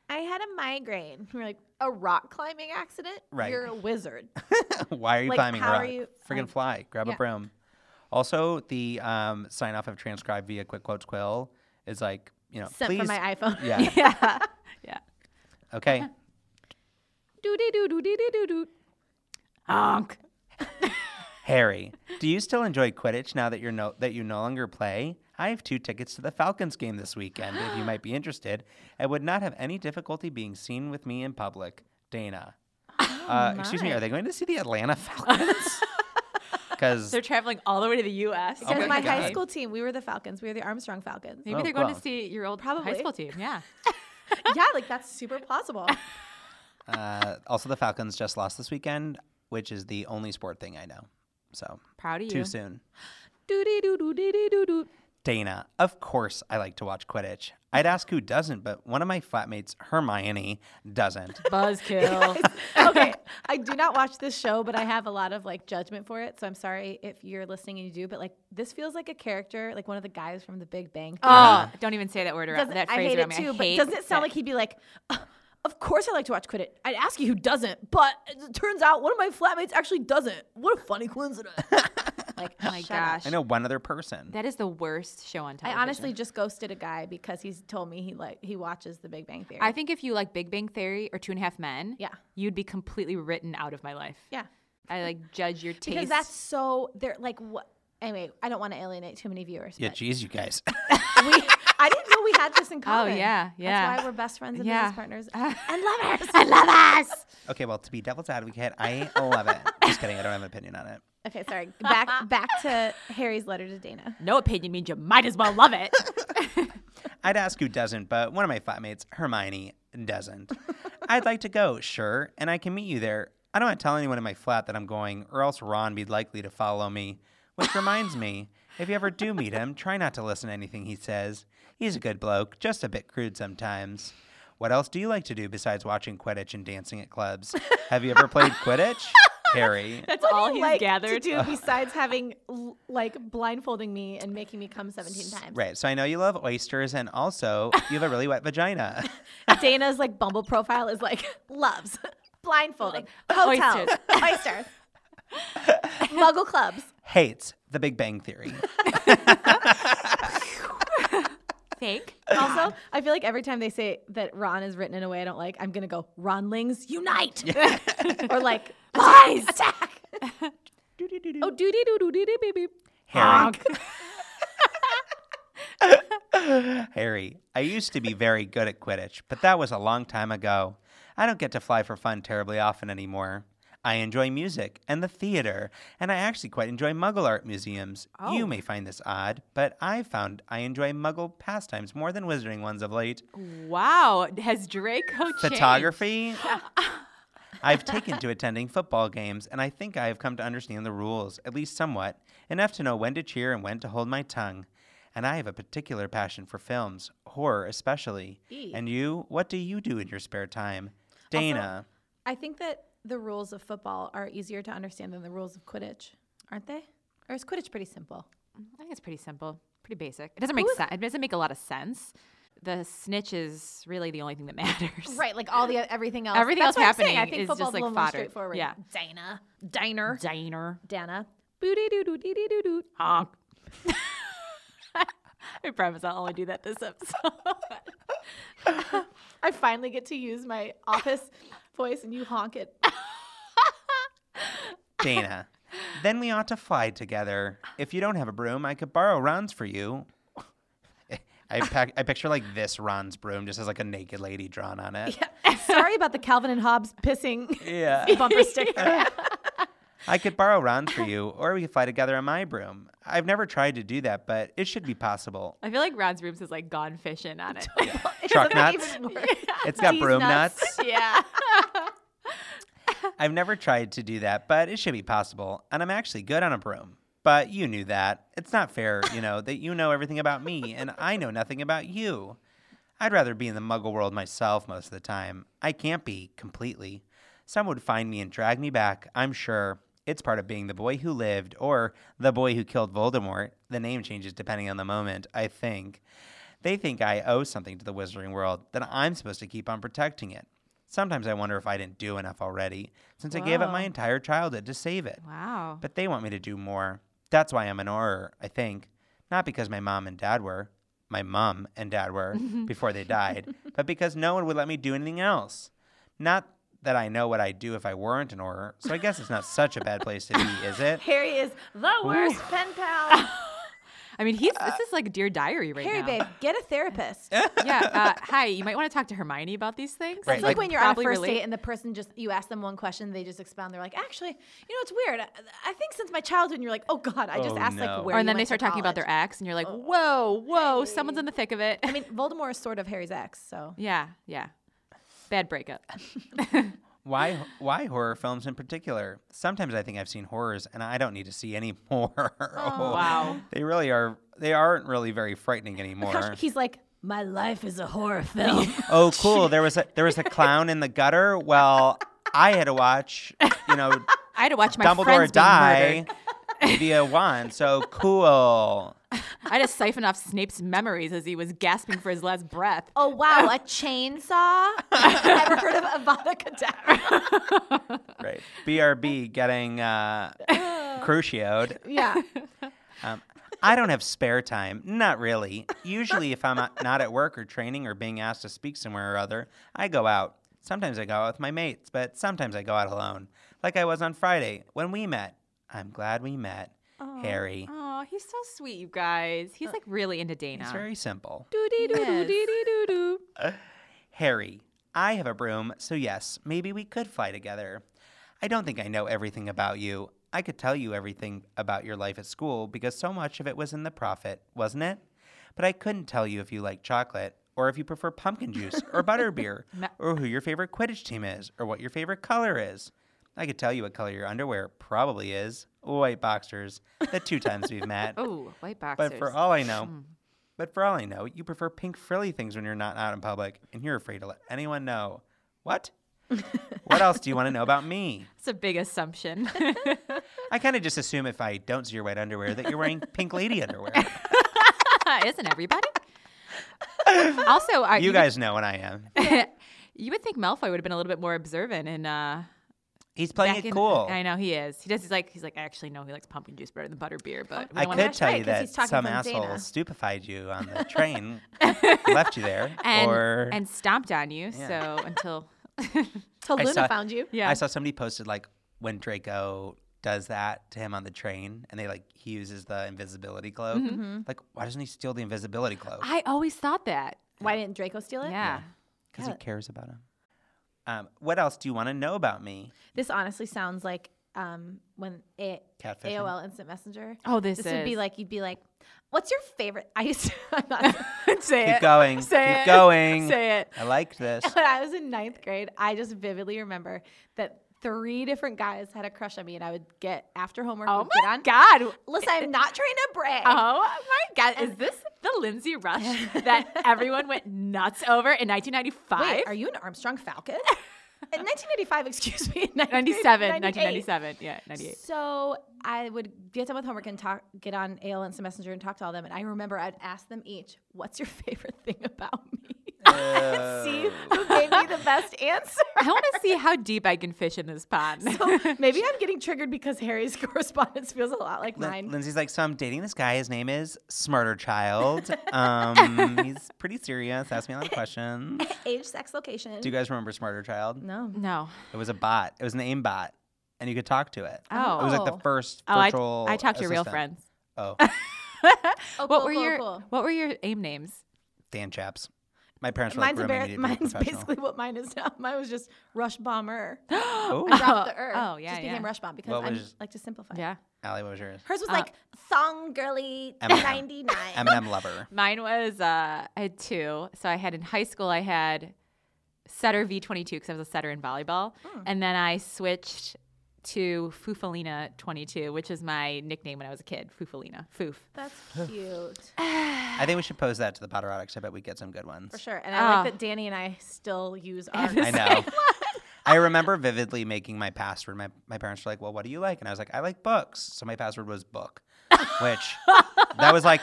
I had a migraine. We're like, a rock climbing accident?
Right.
You're a wizard.
Why are you
Like,
climbing a
how are
rock?
you-
Friggin'
I-
fly. Grab a
yeah.
broom. Also, the um, sign off of transcribed via Quick Quotes Quill is like, you know,
Sent
please.
from my iPhone.
yeah.
yeah. Yeah.
Okay.
Do do do do do do do.
Honk.
Harry, do you still enjoy Quidditch now that you're no that you no longer play? I have two tickets to the Falcons game this weekend. if you might be interested, and would not have any difficulty being seen with me in public. Dana, uh, excuse me,
my.
are they going to see the Atlanta Falcons? Because
They're traveling all the way to the U.S.
Oh
Because
my
my
God.
high school team, we were the Falcons. We were the Armstrong Falcons.
Maybe
Oh,
they're going
cool.
to see your old high
Probably.
school team. Yeah.
yeah, like that's super plausible.
uh, also the Falcons just lost this weekend, which is the only sport thing I know. So
Proud of you.
too soon.
do do do do do do do do.
Dana, of course I like to watch Quidditch. I'd ask who doesn't, but one of my flatmates, Hermione, doesn't.
Buzzkill.
okay, I do not watch this show, but I have a lot of like judgment for it. So I'm sorry if you're listening and you do, but like this feels like a character, like one of the guys from The Big Bang. Theory.
oh, don't even say that word around
Doesn't-
that
I
phrase
hate
around
it
me.
too,
I
but
hate
doesn't it sound
that.
like he'd be like, "Uh, "Of course I like to watch Quidditch." I'd ask you who doesn't, but it turns out one of my flatmates actually doesn't. What a funny coincidence!
like, oh my
up.
gosh.
I know one other person.
That is the worst show on
I
television.
honestly just ghosted a guy because he's told me he like he watches The Big Bang Theory.
I think if you like Big Bang Theory or Two and a Half Men,
Yeah.
you'd be completely written out of my life.
yeah.
I like judge your taste.
because that's so they're like what anyway i don't want to alienate too many viewers
Yeah,
but
geez, you guys.
we, i didn't know we had this in common
yeah, yeah.
that's why we're best friends and
Yeah.
business partners and lovers
I love us.
Okay, well, to be devil's advocate, I love it. Just kidding, I don't have an opinion on it.
okay sorry back back to harry's letter to dana
No opinion means you might as well love it.
I'd ask who doesn't, but one of my flatmates, Hermione, doesn't. I'd like to go, sure, and I can meet you there. I don't want to tell anyone in my flat that I'm going, or else Ron be likely to follow me. Which reminds me, if you ever do meet him, try not to listen to anything he says. He's a good bloke, just a bit crude sometimes. What else do you like to do besides watching Quidditch and dancing at clubs? Have you ever played Quidditch? Harry.
That's
What do
all
you
he's
like to
gathered.
do besides having l- like blindfolding me and making me come 17 times
Right. So I know you love oysters, and also you have a really wet vagina.
dana's like bumble profile is like loves blindfolding hotels oysters muggle clubs
Hates the Big Bang Theory.
Fake.
Also, I feel like every time they say that Ron is written in a way I don't like, I'm gonna go Ronlings unite, or like lies attack. oh, doody doo doo doo doo baby.
Harry. Harry, I used to be very good at Quidditch, but that was a long time ago. I don't get to fly for fun terribly often anymore. I enjoy music and the theater, and I actually quite enjoy Muggle art museums. You may find this odd, but I found I enjoy Muggle pastimes more than wizarding ones of late.
Wow. Has Draco changed?
photography. I've taken to attending football games, and I think I have come to understand the rules, at least somewhat, enough to know when to cheer and when to hold my tongue. And I have a particular passion for films, horror especially. And you, what do you do in your spare time? Dana.
I think that the rules of football are easier to understand than the rules of Quidditch, aren't they? Or is Quidditch pretty simple?
I think it's pretty simple. pretty basic. It doesn't make sense. It doesn't make a lot of sense. The snitch is really the only thing that matters.
Right, like all the uh, everything else.
Everything
That's
else
what I'm saying. I
happening
think
is
football's
just, like,
a little more
fodder.
straightforward.
Yeah.
Dana, diner,
Diner. Ah.
Dana.
Boo-dee-doo-doo-dee-doo-doo.
honk.
I promise I'll only do that this episode.
I finally get to use my office voice, and you honk it.
Dana, then we ought to fly together. If you don't have a broom, I could borrow Ron's for you. I, pac- I picture like this Ron's broom just has like a naked lady drawn on it.
Sorry about the Calvin and Hobbes pissing
Yeah.
bumper sticker.
I could borrow Ron's for you, or we could fly together on my broom. I've never tried to do that, but it should be possible.
I feel like Ron's room says like gone fishing on it.
Truck nuts.
Even worse.
It's got
Cheese
broom
nuts.
nuts.
yeah.
I've never tried to do that, but it should be possible. And I'm actually good on a broom. But you knew that. It's not fair, you know, that you know everything about me and I know nothing about you. I'd rather be in the muggle world myself most of the time. I can't be completely. Someone would find me and drag me back, I'm sure. It's part of being the boy who lived or the boy who killed Voldemort. The name changes depending on the moment, I think. They think I owe something to the wizarding world, that I'm supposed to keep on protecting it. Sometimes I wonder if I didn't do enough already, since I gave up my entire childhood to save it.
Wow.
But they want me to do more. That's why I'm an auror, I think. Not because my mom and dad were, my mom and dad were before they died, but because no one would let me do anything else. Not that I know what I'd do if I weren't an auror, so I guess it's not such a bad place to be, is it?
Harry is the worst pen pal.
I mean, he's this is like Dear Diary right
Uh, Harry,
now.
babe, get a therapist.
yeah. Uh, hi, you might want to talk to Hermione about these things.
Right,
It's
like
like, when you're on a
probably
first
relate-
date and the person just you ask them one question, they just expound. They're like, actually, you know, it's weird. I, I think since my childhood, and you're like, oh god, I just
Oh,
asked
no.
like where.
Or
you
and then they
went
start
to
talking about
college." Oh.
their ex, and you're like, whoa, whoa, someone's in the thick of it.
I mean, Voldemort is sort of Harry's ex, so
yeah, yeah. Bad breakup.
Why why horror films in particular? Sometimes I think I've seen horrors and I don't need to see any more. Oh,
wow.
They really are they aren't really very frightening anymore.
Gosh, he's like, my life is a horror film.
oh cool there was a there was a clown in the gutter well i had to watch you know
I had to watch my
dumbledore
friends
die
Being murdered.
via wand so cool
I had to siphon off Snape's memories as he was gasping for his last breath.
oh wow, a chainsaw. Ever heard of Avada Kedavra?
right brb getting uh crucioed
yeah,
um, i don't have spare time not really usually if i'm not at work or training or being asked to speak somewhere or other i go out sometimes i go out with my mates but sometimes i go out alone like i was on friday when we met i'm glad we met harry
Oh, he's so sweet, you guys. He's like really into Dana.
It's very simple.
Yes.
Doo-dee-doo-doo-dee-doo-doo.
Harry, I have a broom, so yes, maybe we could fly together. I don't think I know everything about you. I could tell you everything about your life at school because so much of it was in the profit, wasn't it? But I couldn't tell you if you like chocolate, or if you prefer pumpkin juice, or butterbeer, or who your favorite Quidditch team is, or what your favorite color is. I could tell you what color your underwear probably is white boxers, the two times we've met.
Oh, white boxers.
But for all I know, but for all I know, you prefer pink frilly things when you're not out in public and you're afraid to let anyone know. What? what else do you want to know about me?
It's a big assumption.
I kind of just assume if I don't see your white underwear that you're wearing pink lady underwear.
Isn't everybody? also, I,
You guys know what I am.
Would, you would think Malfoy would have been a little bit more observant and uh,
He's playing
back
it
in-
cool.
I know he is. He does. He's like he's like actually no. He likes pumpkin juice better than butterbeer. But we
I
don't wanna-
could
That's
tell
right,
you
'cause
that
he's talking
some
from
asshole
Dana.
stupefied you on the train, left you there,
and
or
and stomped on you.
Yeah.
So until
till
I
Luna
saw-
found you.
yeah,
I saw somebody posted like when Draco does that to him on the train, and they like he uses the invisibility cloak. Like, why doesn't he steal the invisibility cloak?
Mm-hmm. I always thought that.
Why didn't Draco steal it?
Yeah.
Because he cares about him. Um, what else do you want to know about me?
This honestly sounds like um, when it
Catfishing?
AOL Instant Messenger.
Oh, this,
This would be
is-
like you'd be like, "What's your favorite?" I used to. I'm not,
say
Keep going.
Say
keep
it.
going.
Say it.
I like this.
when I was in ninth grade, I just vividly remember that three different guys had a crush on me, and I would get after homework.
Oh
would get
my
on.
God.
Listen, I'm not trying to brag.
Oh my God. Is this the Lindsay Rush that everyone went nuts over in 1995?
Wait, are you an Armstrong Falcon? In 1985, excuse me.
97,
1997.
1997. Yeah, 98.
So I would get done with homework and talk, get on AL Instant Messenger and talk to all them. And I remember I'd ask them each, "What's your favorite thing about me?" and see
Uh.
who gave me the best answer.
I want to see how deep I can fish in this pond.
Maybe I'm getting triggered because Harry's correspondence feels a lot like
Lin-
mine.
Lindsay's like, so I'm dating this guy. His name is Smarter Child. Um, he's pretty serious. Asked me a lot of questions.
Age, sex, location.
Do you guys remember Smarter Child?
no.
no.
It was a bot. It was an aim bot, and you could talk to it.
Oh.
It was like the first
Oh, I,
virtual.
I talked to your real
assistant.
friends.
Oh,
Oh, cool,
what were
cool,
your
cool.
What were your aim names?
Dan Chaps. My parents were
Mine's,
like, we're gonna
embarrass-
need to be
mine's
professional."
basically what mine is now. Mine was just Rush Bomber. I
Oh,
dropped the er.
oh, yeah,
Just became
yeah.
Rush Bomb because
What
I
was-
like to simplify.
Yeah. Uh,
Allie, what was yours?
Hers was like song girly
Eminem.
99.
Eminem lover.
Mine was uh, I had two. So I had in high school I had setter V twenty two because I was a setter in volleyball,
Hmm.
and then I switched to Fufalina twenty two, which is my nickname when I was a kid. Fufalina, Foof.
That's cute.
I think we should pose that to the Potterotics. I bet we get some good ones.
For sure. And I
Ah.
like that Danny and I still use our
I know. I remember vividly making my password. My, my parents were like, Well, what do you like? And I was like, I like books. So my password was book, which that was like,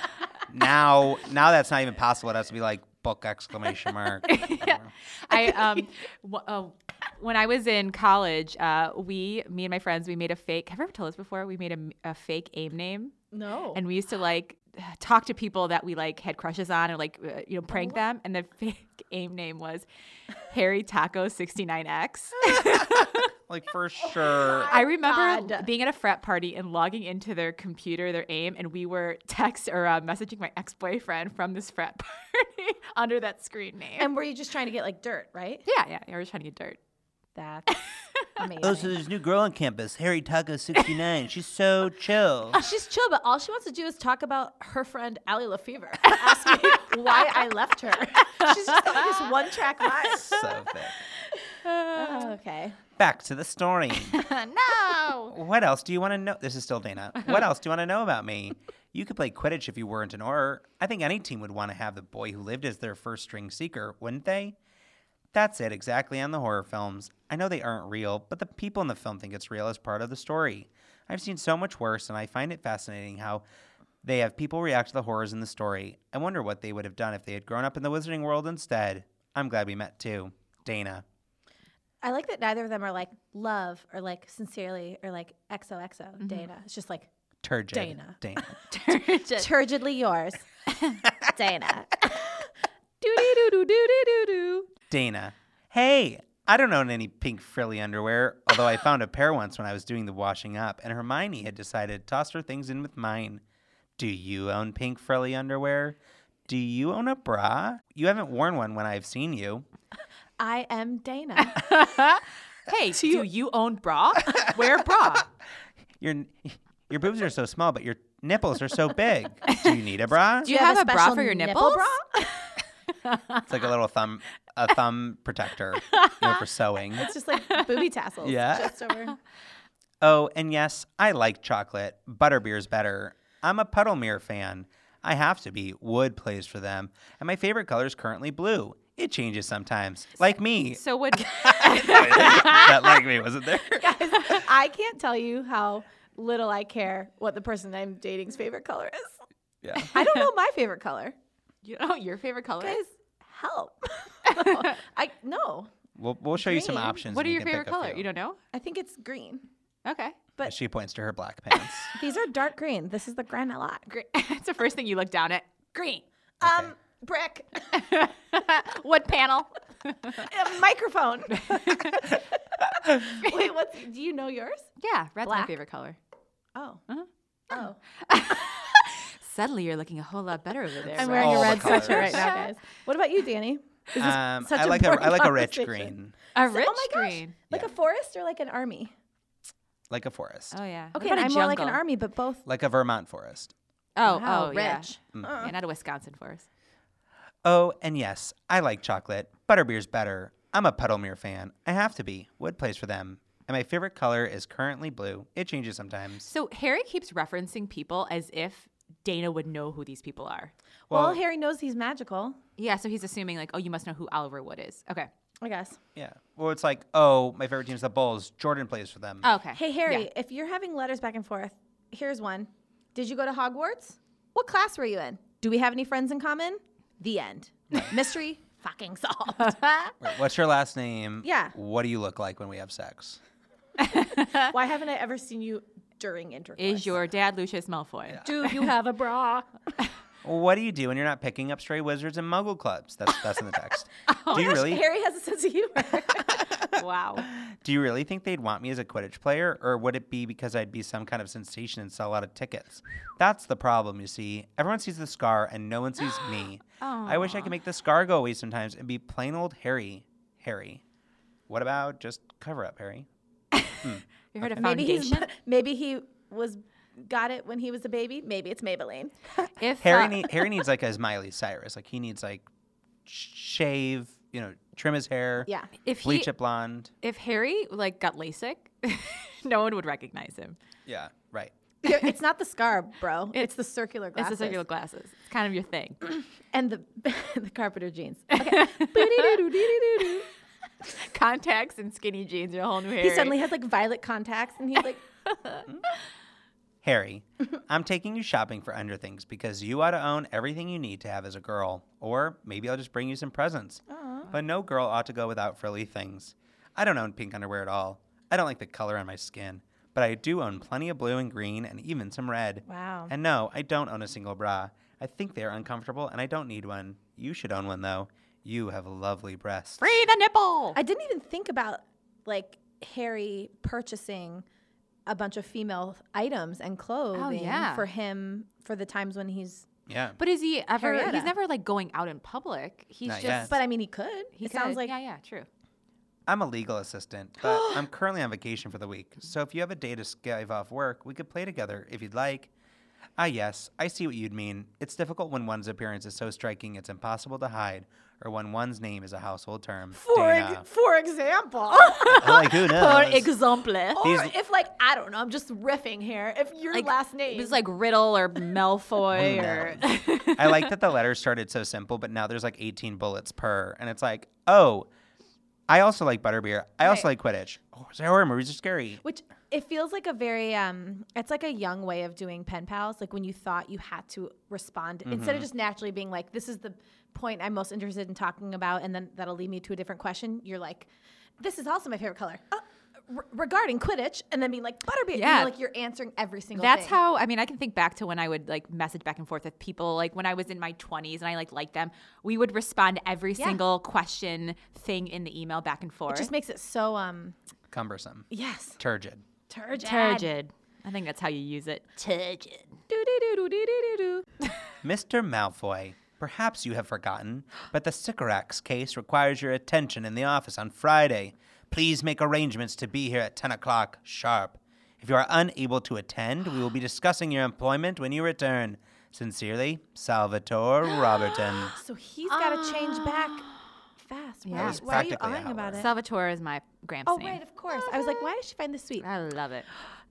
now, now that's not even possible. It has to be like book exclamation mark.
I um, w- uh, when I was in college, uh, we, me and my friends, we made a fake. Have I ever told this before? We made a, a fake aim name.
No.
and we used to like talk to people that we like had crushes on or like uh, you know prank them and the fake aim name was harry taco 69x
Oh
Like, for sure.
i remember
God.
being at a frat party and logging into their computer their aim and we were text or uh, messaging my ex-boyfriend from this frat party under that screen name
and were you just trying to get like dirt, right?
yeah yeah i was trying to get dirt
That's amazing.
there's a new girl on campus, Harry Taco 69. She's so chill.
She's chill, but all she wants to do is talk about her friend Allie Lefevre. Ask me why I left her. She's just like this one track mind.
so thick.
okay.
Back to the story.
no.
What else do you want to know? This is still Dana. What else do you want to know about me? You could play Quidditch if you weren't an or. I think any team would want to have the boy who lived as their first string seeker, wouldn't they? That's it, exactly, on the horror films. I know they aren't real, but the people in the film think it's real as part of the story. I've seen so much worse, and I find it fascinating how they have people react to the horrors in the story. I wonder what they would have done if they had grown up in the wizarding world instead. I'm glad we met too. Dana.
I like that neither of them are like love or like sincerely or like XOXO
Mm-hmm.
Dana. It's just like
Turgid.
Dana.
Dana.
Uh,
turgidly yours, Dana.
Doo-dee-doo-doo-doo-dee-doo-doo.
Dana. Hey, I don't own any pink frilly underwear, although I found a pair once when I was doing the washing up, and Hermione had decided to toss her things in with mine. Do you own pink frilly underwear? Do you own a bra? You haven't worn one when I've seen you.
I am Dana.
hey do you own bra wear bra
Your your boobs are so small, but your nipples are so big. Do you need a bra?
do you have, a, bra
special
for your nipples
nipple bra?
It's like a little thumb a thumb protector you know, for sewing.
It's just like booby tassels.
Yeah.
Just over.
Oh, and yes, I like chocolate. Butterbeer's better. I'm a Puddlemere fan. I have to be. Wood plays for them. And my favorite color is currently blue. It changes sometimes. Like me.
so would
that like me, wasn't there?
I can't tell you how little I care what the person I'm dating's favorite color is.
Yeah.
I don't know my favorite color.
you know your favorite color
Guys,
is
help. No, I no.
We'll, we'll show you some
Green.
options.
What
and
are
you
your
can pick
favorite
a
color?
few.
You don't know?
I think it's green.
Okay.
but-
She points to her black pants.
These are dark green. This is the granite.
Great. That's the first thing you look down at. Green.
Um, brick,
Wood panel.
a microphone. Wait, what's do you know yours?
Yeah, red's
Black.
my favorite color.
Oh. Oh.
Suddenly you're looking a whole lot better over there. Oh.
I'm
Rob.
wearing
all
a
the
red
colors.
sweater right now, guys. What about you, Danny? Is this
Um,
such
I
a
like a, I
boring
like a rich
conversation?
green,
a rich
oh my gosh.
green.
Like a forest or like an army?
like a forest,
Oh yeah. What
Okay,
about a
I'm more like an
jungle?
army, but both.
like a Vermont forest.
Oh,
Wow,
oh, yeah.
rich.
Yeah, not a Wisconsin forest.
Oh, and yes, I like chocolate. Butterbeer's better. I'm a Puddlemere fan. I have to be. Wood plays for them. And my favorite color is currently blue. It changes sometimes.
So Harry keeps referencing people as if Dana would know who these people are.
Well,
Well-
Harry knows he's magical.
Yeah, so he's assuming like, oh, you must know who Oliver Wood is. Okay.
I guess.
Yeah. Well, it's like, oh, my favorite team's the Bulls. Jordan plays for them.
Oh, Okay.
Hey, Harry, if you're having letters back and forth, here's one. Did you go to Hogwarts? What class were you in? Do we have any friends in common? The end. Mystery fucking solved.
Wait, What's your last name?
Yeah.
What do you look like when we have sex?
Why haven't I ever seen you during intercourse?
Is your dad Lucius Malfoy?
Do you have a bra?
What do you do when you're not picking up stray wizards and muggle clubs? That's that's in the text.
Oh,
do you really
Harry has a sense of humor.
Wow.
do you really think they'd want me as a Quidditch player, or would it be because I'd be some kind of sensation and sell out of tickets? That's the problem, you see. Everyone sees the scar and no one sees me. I wish I could make the scar go away sometimes and be plain old Harry. Harry. What about just cover up, Harry?
You heard of
maybe he's
foundation?
maybe he was got it when he was a baby. Maybe it's Maybelline.
If
Harry,
uh,
need, Harry needs like as Miley Cyrus. Like he needs like sh- shave, you know, trim his hair.
Yeah.
If he-
bleach it blonde.
if Harry like got LASIK, no one would recognize him.
Yeah, right.
Here- it's not the scar, bro. It's the circular
It's
glasses.
the circular glasses. It's kind of your thing.
and the the carpenter jeans.
Contacts and skinny jeans are a whole new Harry.
He suddenly has like violet contacts, and he's like,
Harry, I'm taking you shopping for underthings because you ought to own everything you need to have as a girl. Or maybe I'll just bring you some presents. But no girl ought to go without frilly things. I don't own pink underwear at all. I don't like the color on my skin, but I do own plenty of blue and green and even some red.
Wow.
And no, I don't own a single bra. I think they are uncomfortable and I don't need one. You should own one though. You have lovely breasts.
free the nipple.
I didn't even think about like Harry purchasing a bunch of female items and clothing
Oh, yeah.
for him for the times when he's.
Yeah.
but is he ever?
Harrietta.
He's never like going out in public. He's
Not
just.
yet.
But I mean, he could.
He
it sounds
could.
like
yeah, yeah, true.
I'm a legal assistant, but I'm currently on vacation for the week. So if you have a day to skive off work, we could play together if you'd like. Ah, yes, I see what you'd mean. It's difficult when one's appearance is so striking it's impossible to hide, or when one's name is a household term.
for ex-
Dana.
for example.
like who knows?
example.
Or
These-
if like I don't know, I'm just riffing here. If your last name
It was like Riddle or Malfoy or.
I like that the letter started so simple, but now there's like 18 bullets per, and it's like, oh, I also like butterbeer. I also like Quidditch. Oh, horror movies are scary.
Which it feels like a very um it's like a young way of doing pen pals, like when you thought you had to respond
Mm-hmm.
instead of just naturally being like, This is the point I'm most interested in talking about and then that'll lead me to a different question, you're like, This is also my favorite color. Uh, re- regarding Quidditch and then being like Butterbeer, you know,
Yeah.
like you're answering every single
That's
thing.
how I mean I can think back to when I would like message back and forth with people like when I was in my 20s and I like liked them we would respond to every single question thing in the email back and forth
it just makes it so um
Cumbersome.
yes.
Turgid.
Turgid.
turgid I think that's how you use it turgid
Doo-doo-doo-doo-doo-doo-doo.
Mr. Malfoy, perhaps you have forgotten, but the Sycorax case requires your attention in the office on Friday. Please make arrangements to be here at 10 o'clock sharp. If you are unable to attend, we will be discussing your employment when you return. Sincerely, Salvatore Roberton.
So he's gotta change back fast. Why, are- why
Yeah.
are you
Practically
arguing
how it
about it?
Salvatore is my gramps
Oh
name
right, of course. I was like, why does she find this sweet?
I love it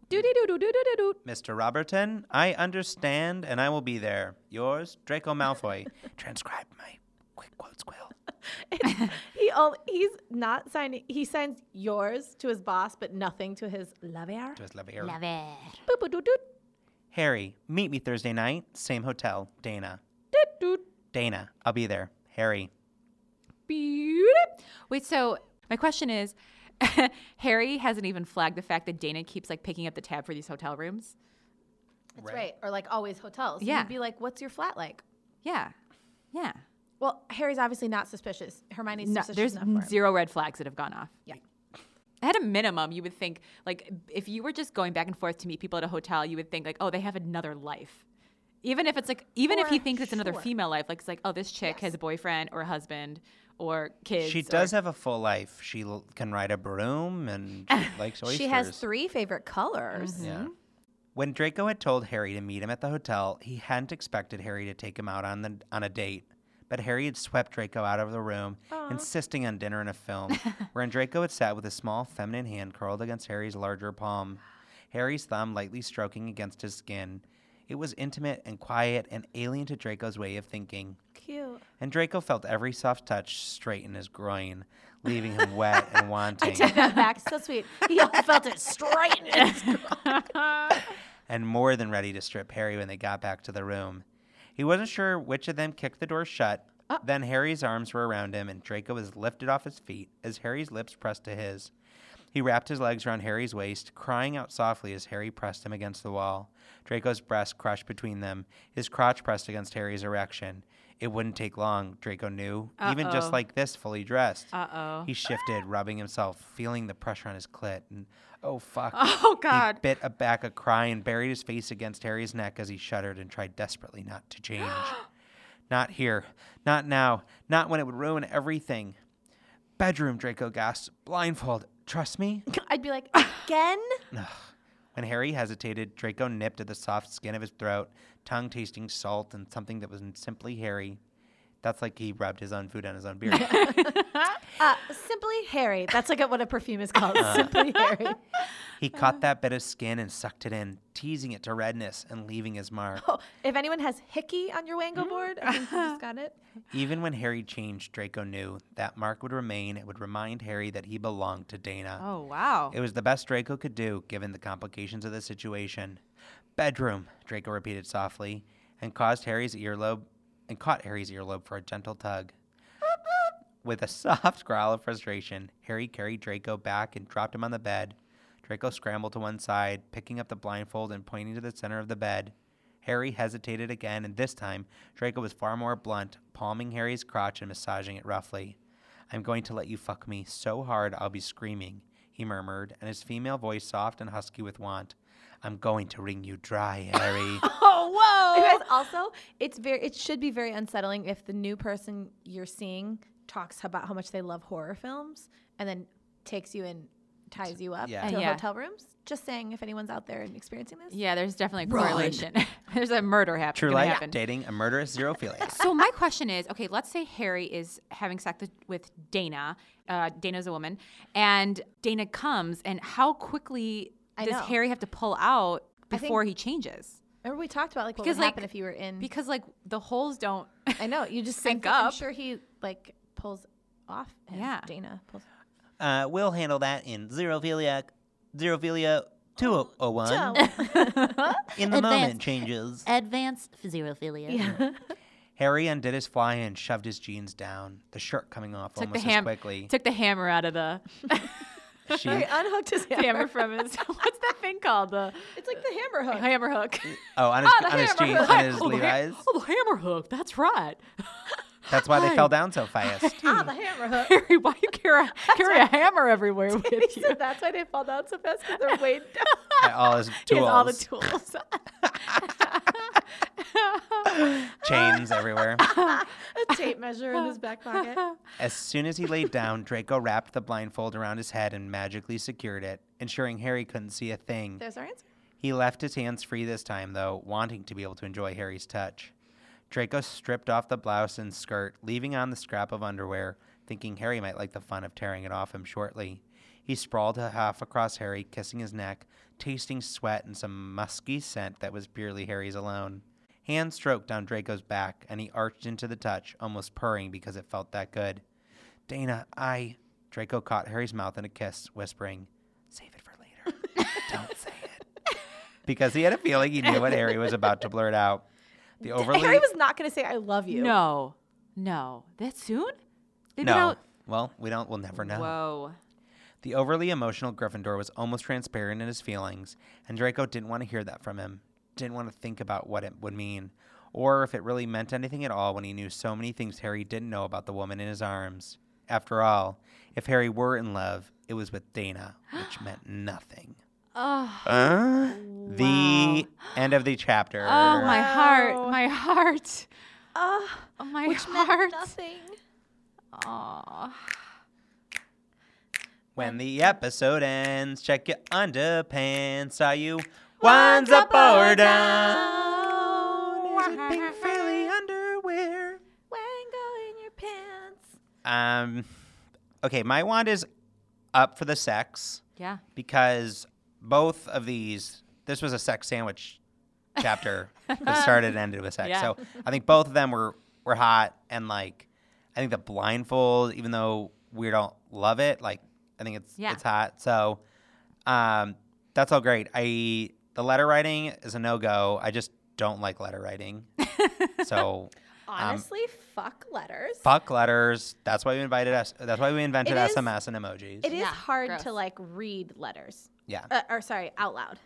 Doo doo doo doo doo doo doo.
Mr. Roberton, I understand and I will be there. Yours, Draco Malfoy. Transcribe my quick quotes, Quill.
He all he's not signing. He signs yours to his boss, but nothing to his lover.
Just love it here.
love it
Boop boop doo doo
Harry, meet me Thursday night, same hotel, Dana.
doo.
Dana, I'll be there. Harry.
Beautiful. Wait, so my question is Harry hasn't even flagged the fact that Dana keeps like picking up the tab for these hotel rooms.
That's right. Or like always hotels.
Yeah.
You'd be like, what's your flat like?
Yeah. Yeah.
Well, Harry's obviously not suspicious. Hermione's
No,
suspicious
there's
enough for him.
zero red flags that have gone off.
Yeah.
At a minimum, you would think like if you were just going back and forth to meet people at a hotel, you would think like, oh, they have another life. Even if it's like, even if he
For
thinks it's another
sure.
female life, like it's like, oh, this chick has a boyfriend or a husband or kids.
She
or-
does have a full life. She l- can ride a broom and she likes oysters.
She has three favorite colors.
Mm-hmm. Yeah. When Draco had told Harry to meet him at the hotel, he hadn't expected Harry to take him out on the on a date. But Harry had swept Draco out of the room, insisting on dinner and a film, wherein Draco had sat with a small feminine hand curled against Harry's larger palm, Harry's thumb lightly stroking against his skin. It was intimate and quiet and alien to Draco's way of thinking.
Cute.
And Draco felt every soft touch straighten his groin, leaving him wet and wanting.
That back so sweet. He felt it straight. in his-
and more than ready to strip Harry when they got back to the room. He wasn't sure which of them kicked the door shut.
Oh.
Then Harry's arms were around him, and Draco was lifted off his feet as Harry's lips pressed to his. He wrapped his legs around Harry's waist, crying out softly as Harry pressed him against the wall. Draco's breast crushed between them, his crotch pressed against Harry's erection. It wouldn't take long, Draco knew, even just like this, fully dressed. Uh oh. He shifted, rubbing himself, feeling the pressure on his clit, and oh fuck.
Oh God.
He bit a back a cry and buried his face against Harry's neck as he shuddered and tried desperately not to change. not here. Not now. Not when it would ruin everything. Bedroom, Draco gasped. Blindfold. Trust me?
I'd be like, again?
When Harry hesitated, Draco nipped at the soft skin of his throat, tongue tasting salt and something that was simply Harry. That's like he rubbed his own food on his own beard.
Uh, simply Harry. That's like what a perfume is called. Simply Harry.
he caught that bit of skin and sucked it in, teasing it to redness and leaving his mark.
Oh, if anyone has hickey on your wango board, I think you just got it.
Even when Harry changed, Draco knew that mark would remain. It would remind Harry that he belonged to Dana.
Oh wow.
It was the best Draco could do, given the complications of the situation. Bedroom, Draco repeated softly, and caused Harry's earlobe and caught Harry's earlobe for a gentle tug. With a soft growl of frustration, Harry carried Draco back and dropped him on the bed. Draco scrambled to one side, picking up the blindfold and pointing to the center of the bed. Harry hesitated again, and this time Draco was far more blunt, palming Harry's crotch and massaging it roughly. I'm going to let you fuck me so hard I'll be screaming, he murmured, and his female voice soft and husky with want. I'm going to wring you dry, Harry.
You
Oh,
guys, also, it's very it should be very unsettling if the new person you're seeing talks about how much they love horror films and then takes you and ties you up
Yeah.
to
Yeah.
hotel rooms. Just saying if anyone's out there and experiencing this.
Yeah, there's definitely a correlation. there's a murder happening.
True
gonna
life,
happen.
dating a murderous zero Felix.
So my question is, okay, let's say Harry is having sex with- with Dana. Uh, Dana's a woman, and Dana comes, and how quickly
I
does
know.
Harry have to pull out
think-
before he changes?
Remember we talked about like what
Because,
would
like,
happen if you were in
Because like the holes don't.
I know, you just think
Sync
I'm
up.
sure he like pulls off him.
Yeah.
Dana pulls
Uh, we'll handle that in Xerophiliac, Xerophilia 201. In the moment changes.
Advanced physiophilia.
Harry undid his fly and shoved his jeans down, the shirt coming off
Took the
almost as
ham.
quickly.
Took the hammer out of the
She,
He unhooked his hammer.
hammer from his. What's that thing called? The
It's like the hammer hook.
hammer hook.
oh, on his,
the
on his
hammer
jeans,
hook.
on his
Oh, the ha-
Levi's.
Oh, the hammer hook. That's right.
That's why they fell down so fast.
Ah, the hammer hook.
Harry, why you carry a, carry a hammer everywhere with
He
you?
said that's why they fall down so fast because they're weighed down.
Yeah, all his
He has
tools,
all the tools.
chains everywhere.
A tape measure in his back pocket.
As soon as he laid down, Draco wrapped the blindfold around his head and magically secured it, ensuring Harry couldn't see a thing.
There's our answer.
He left his hands free this time, though, wanting to be able to enjoy Harry's touch. Draco stripped off the blouse and skirt, leaving on the scrap of underwear, thinking Harry might like the fun of tearing it off him shortly. He sprawled a half across Harry, kissing his neck, tasting sweat and some musky scent that was purely Harry's alone. Hands stroked down Draco's back, and he arched into the touch, almost purring because it felt that good. Dana, I. Draco caught Harry's mouth in a kiss, whispering, Save it for later. Don't say it because he had a feeling he knew what Harry was about to blurt out. The overly
Harry was not going to say "I love you."
No, no, that soon? They've been
no.
out-
Well, we don't. We'll never know.
Whoa.
The overly emotional Gryffindor was almost transparent in his feelings, and Draco didn't want to hear that from him. Didn't want to think about what it would mean, or if it really meant anything at all when he knew so many things Harry didn't know about the woman in his arms. After all, if Harry were in love, it was with Dana, which meant nothing. Uh, The end of the chapter.
Oh my heart, my heart. Oh, my heart.
nothing.
Aw.
When the episode ends, check your underpants. Are you one's up or down? Is it pink frilly underwear?
Wango in your pants.
Um, okay, my wand is up for the sex
Yeah.
because both of these. This was a sex sandwich chapter that started and ended with sex. So I think both of them were were hot and like I think the blindfold, even though we don't love it, like I think it's
Yeah.
it's hot. So um, that's all great. I the letter writing is a no go. I just don't like letter writing. so
Honestly, fuck letters.
Um, fuck letters. That's why we invited us. That's why we invented
It is-
SMS and emojis.
It is
Yeah,
hard to
gross.
like read letters,
yeah,
uh, or sorry, out loud,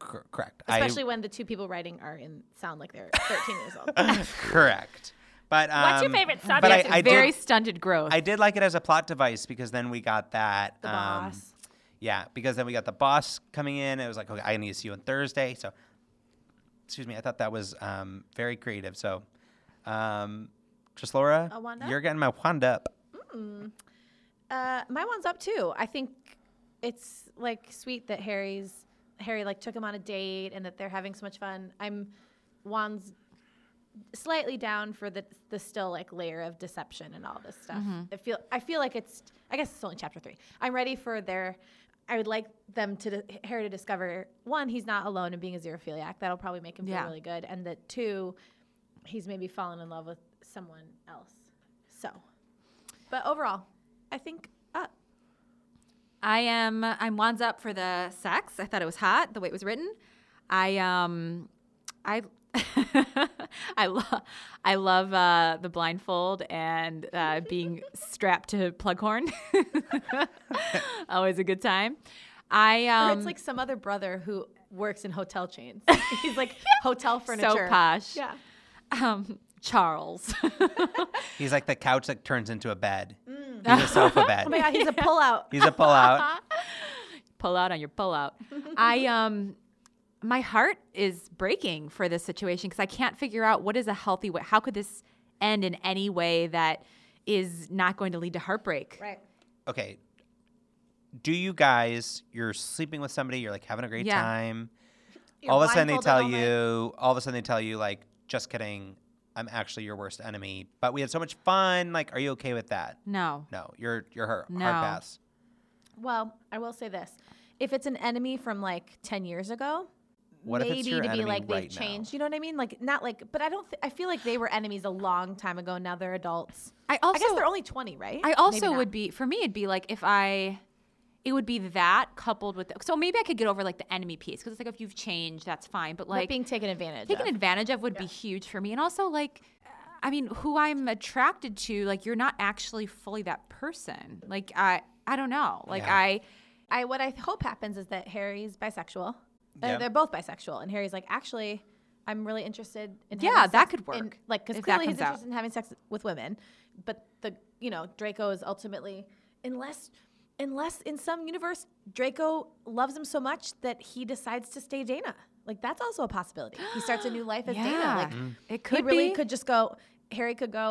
cor- correct.
especially
I,
when the two people writing are in sound like they're 13 years old.
correct. But um,
What's your favorite subject?
But I,
It's
I
very
did,
stunted growth.
I did like it as a plot device because then we got that. The
boss.
Yeah, because then we got the boss coming in. It was like, okay, I need to see you on Thursday. So, excuse me, I thought that was um, very creative. So, um, just Laura,
A wand up?
you're getting my wand up.
Uh, my one's up too. I think it's like sweet that Harry's Harry like took him on a date and that they're having so much fun. I'm Juan's slightly down for the the still like layer of deception and all this stuff. I feel I feel like it's I guess it's only chapter three. I'm ready for their. I would like them to Harry to discover one he's not alone in being a xerophiliac. That'll probably make him feel
Yeah.
really good, and that two, he's maybe fallen in love with someone else. So, but overall, I think uh, up.
I am I'm wands up for the sex. I thought it was hot the way it was written. I um I I love I love uh, the blindfold and uh, being strapped to Plughorn. Always a good time. I
Or
um
it's like some other brother who works in hotel chains. He's like hotel furniture.
so posh.
Yeah.
Um, Charles.
He's like the couch that turns into a bed. He's a sofa bed.
Oh my god, he's a pullout.
He's a pullout.
pull out on your pull out. I um my heart is breaking for this situation because I can't figure out what is a healthy way. How could this end in any way that is not going to lead to heartbreak?
right.
okay do you guys you're sleeping with somebody you're like having a great
Yeah.
time
You're
all of a sudden they tell
blindfolded all night.
you all of a sudden they tell you like just kidding i'm actually your worst enemy but we had so much fun like are you okay with that
No.
no you're you're her
No.
hard pass
Well, I will say this. If it's an enemy from like 10 years ago,
What if
maybe
it's your
to be
enemy
like
right
they've
now?
changed. You know what I mean? Like not like but I don't th- I feel like they were enemies a long time ago. Now they're adults.
I also
I guess they're only 20, right?
I
Maybe
also
not.
would be for me it'd be like if I it would be that coupled with so maybe I could get over like the enemy piece because it's like if you've changed that's fine but
But
like
being taken advantage
taken
of.
advantage of would be huge for me and also like i mean who i'm attracted to like you're not actually fully that person like i i don't know like
Yeah.
i
I what I hope happens is that Harry's bisexual. Uh,
Yeah.
They're both bisexual, and Harry's like, actually, I'm really interested in.
Yeah,
having
that
sex
could
in-
work,
like, because
if that
clearly he's
comes out.
interested in having sex with women, but the you know Draco is ultimately unless unless in some universe Draco loves him so much that he decides to stay Dana. Like that's also a possibility. He starts a new life as Dana. Like
it
he
could
really
be
could just go. Harry could go.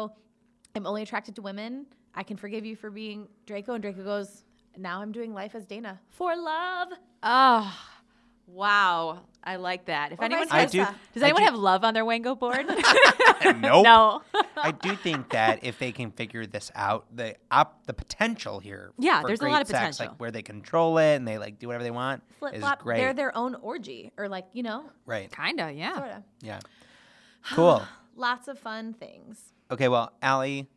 I'm only attracted to women. I can forgive you for being Draco, and Draco goes. Now I'm doing life as Dana for love.
oh wow i like that if
Or
anyone
vice
i
has,
do
Elsa.
does anyone
do-
have love on their wango board
nope.
no
i do think that if they can figure this out the op, the potential here
Yeah,
for
there's a
great
lot of
sex,
potential.
like where they control it and they like do whatever they want
flip
is
flop.
great
They're their own orgy, or like you know,
right
kinda yeah
sort of.
yeah cool
Lots of fun things.
Okay, well, Allie,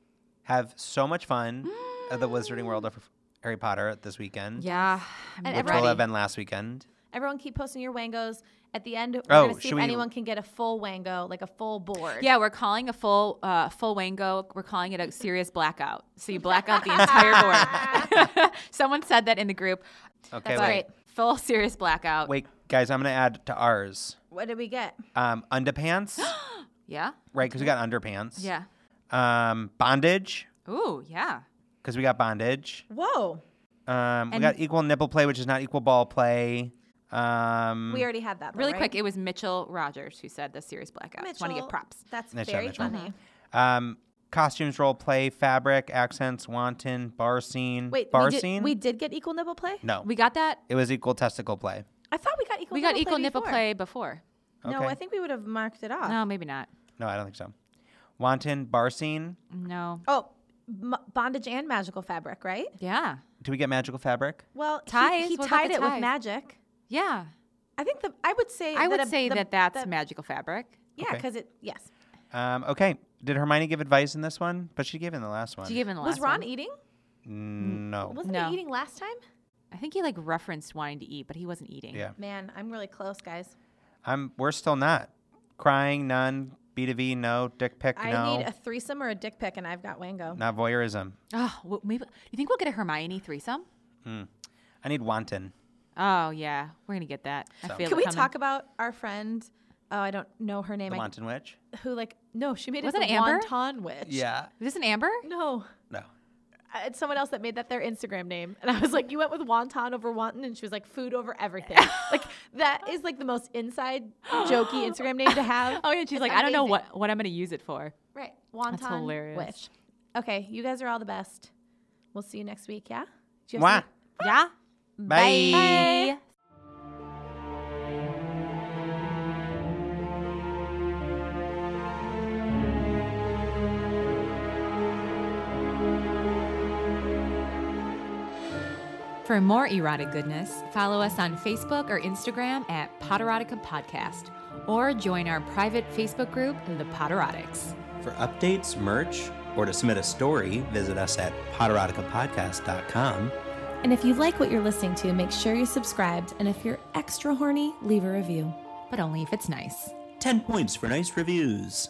have so much fun at the Wizarding World of Harry Potter this weekend.
Mm. yeah I'm
And
Which
everybody-
will have
ready.
been last weekend.
Everyone keep posting your wangos. At the end, we're
Oh,
gonna see
should
if
we-
anyone can get a full wango, like a full board.
yeah, we're calling a full uh, full wango. We're calling it a serious blackout. So you black out the entire board. Someone said that in the group.
Okay,
But
wait.
Full serious blackout.
Wait, guys, I'm going to add to ours
What did we get?
um, underpants,
Yeah.
right? Because we got underpants.
Yeah.
Um, bondage,
Ooh, yeah.
because we got bondage.
Whoa,
Um, we
And-
got equal nipple play, which is not equal ball play. Um,
we already had that. though,
Really
right?
quick, it was Mitchell Rogers who said the series blackout. Just Want to
Mitchell,
get props?
That's
Nice job,
very
Mitchell.
funny.
um, costumes, role play, fabric, accents, wanton, bar scene.
Wait,
bar
we did,
scene?
we did get equal nipple play.
no,
We got that.
it was equal testicle play.
I thought we got equal.
We got
nipple
equal
play
nipple
before. Ah.
play before.
No,
Okay.
I think we would have marked it off.
No, maybe not.
No, I don't think so. Wanton, bar scene.
No.
Oh, m- bondage and magical fabric, right?
Yeah.
Do we get magical fabric?
Well, he-
Ties?
He,
What about
tied
the
it with
ties?
magic.
Yeah.
I think the I would say
I would
that a-
say
the-
that that's
the-
magical fabric.
yeah
Okay.
because it yes
Um, okay. Did Hermione give advice in this one? But she gave it in the last one.
Did you give in the
was
last
Ron
one?
eating
no.
wasn't
No.
he eating last time
I think he like referenced wanting to eat, but he wasn't eating.
Yeah.
man I'm really close guys
I'm. We're still not. Crying. None. B to V. No. Dick pic.
I
no.
need a threesome or a dick pic and I've got Wango
not voyeurism.
Oh, well, maybe you think we'll get a Hermione threesome?
I need wanton.
Oh yeah, we're gonna get that. I feel
can
it
we
coming.
talk about our friend oh I don't know her name
The
I-
wanton witch.
who like no she made
Wasn't
it the
it Amber?
wonton witch
Is this an Amber?
no
No.
Uh, it's someone else that made that their Instagram name. And I was like, you went with wonton over wanton, and she was like, food over everything. like that is like the most inside jokey Instagram name to have.
Oh yeah, she's like, I don't know what what I'm gonna use it for.
Right, wonton
hilarious.
witch. Okay, you guys are all the best. We'll see you next week. Yeah. Do you
Mwah.
have some-
Yeah.
Bye.
Bye. For more erotic goodness, follow us on Facebook or Instagram at Potterotica Podcast, or join our private Facebook group, The Potterotics.
For updates, merch, or to submit a story, visit us at potteroticapodcast.com.
And if you like what you're listening to, make sure you're subscribed. And if you're extra horny, leave a review.
But only if it's nice.
10 points for nice reviews.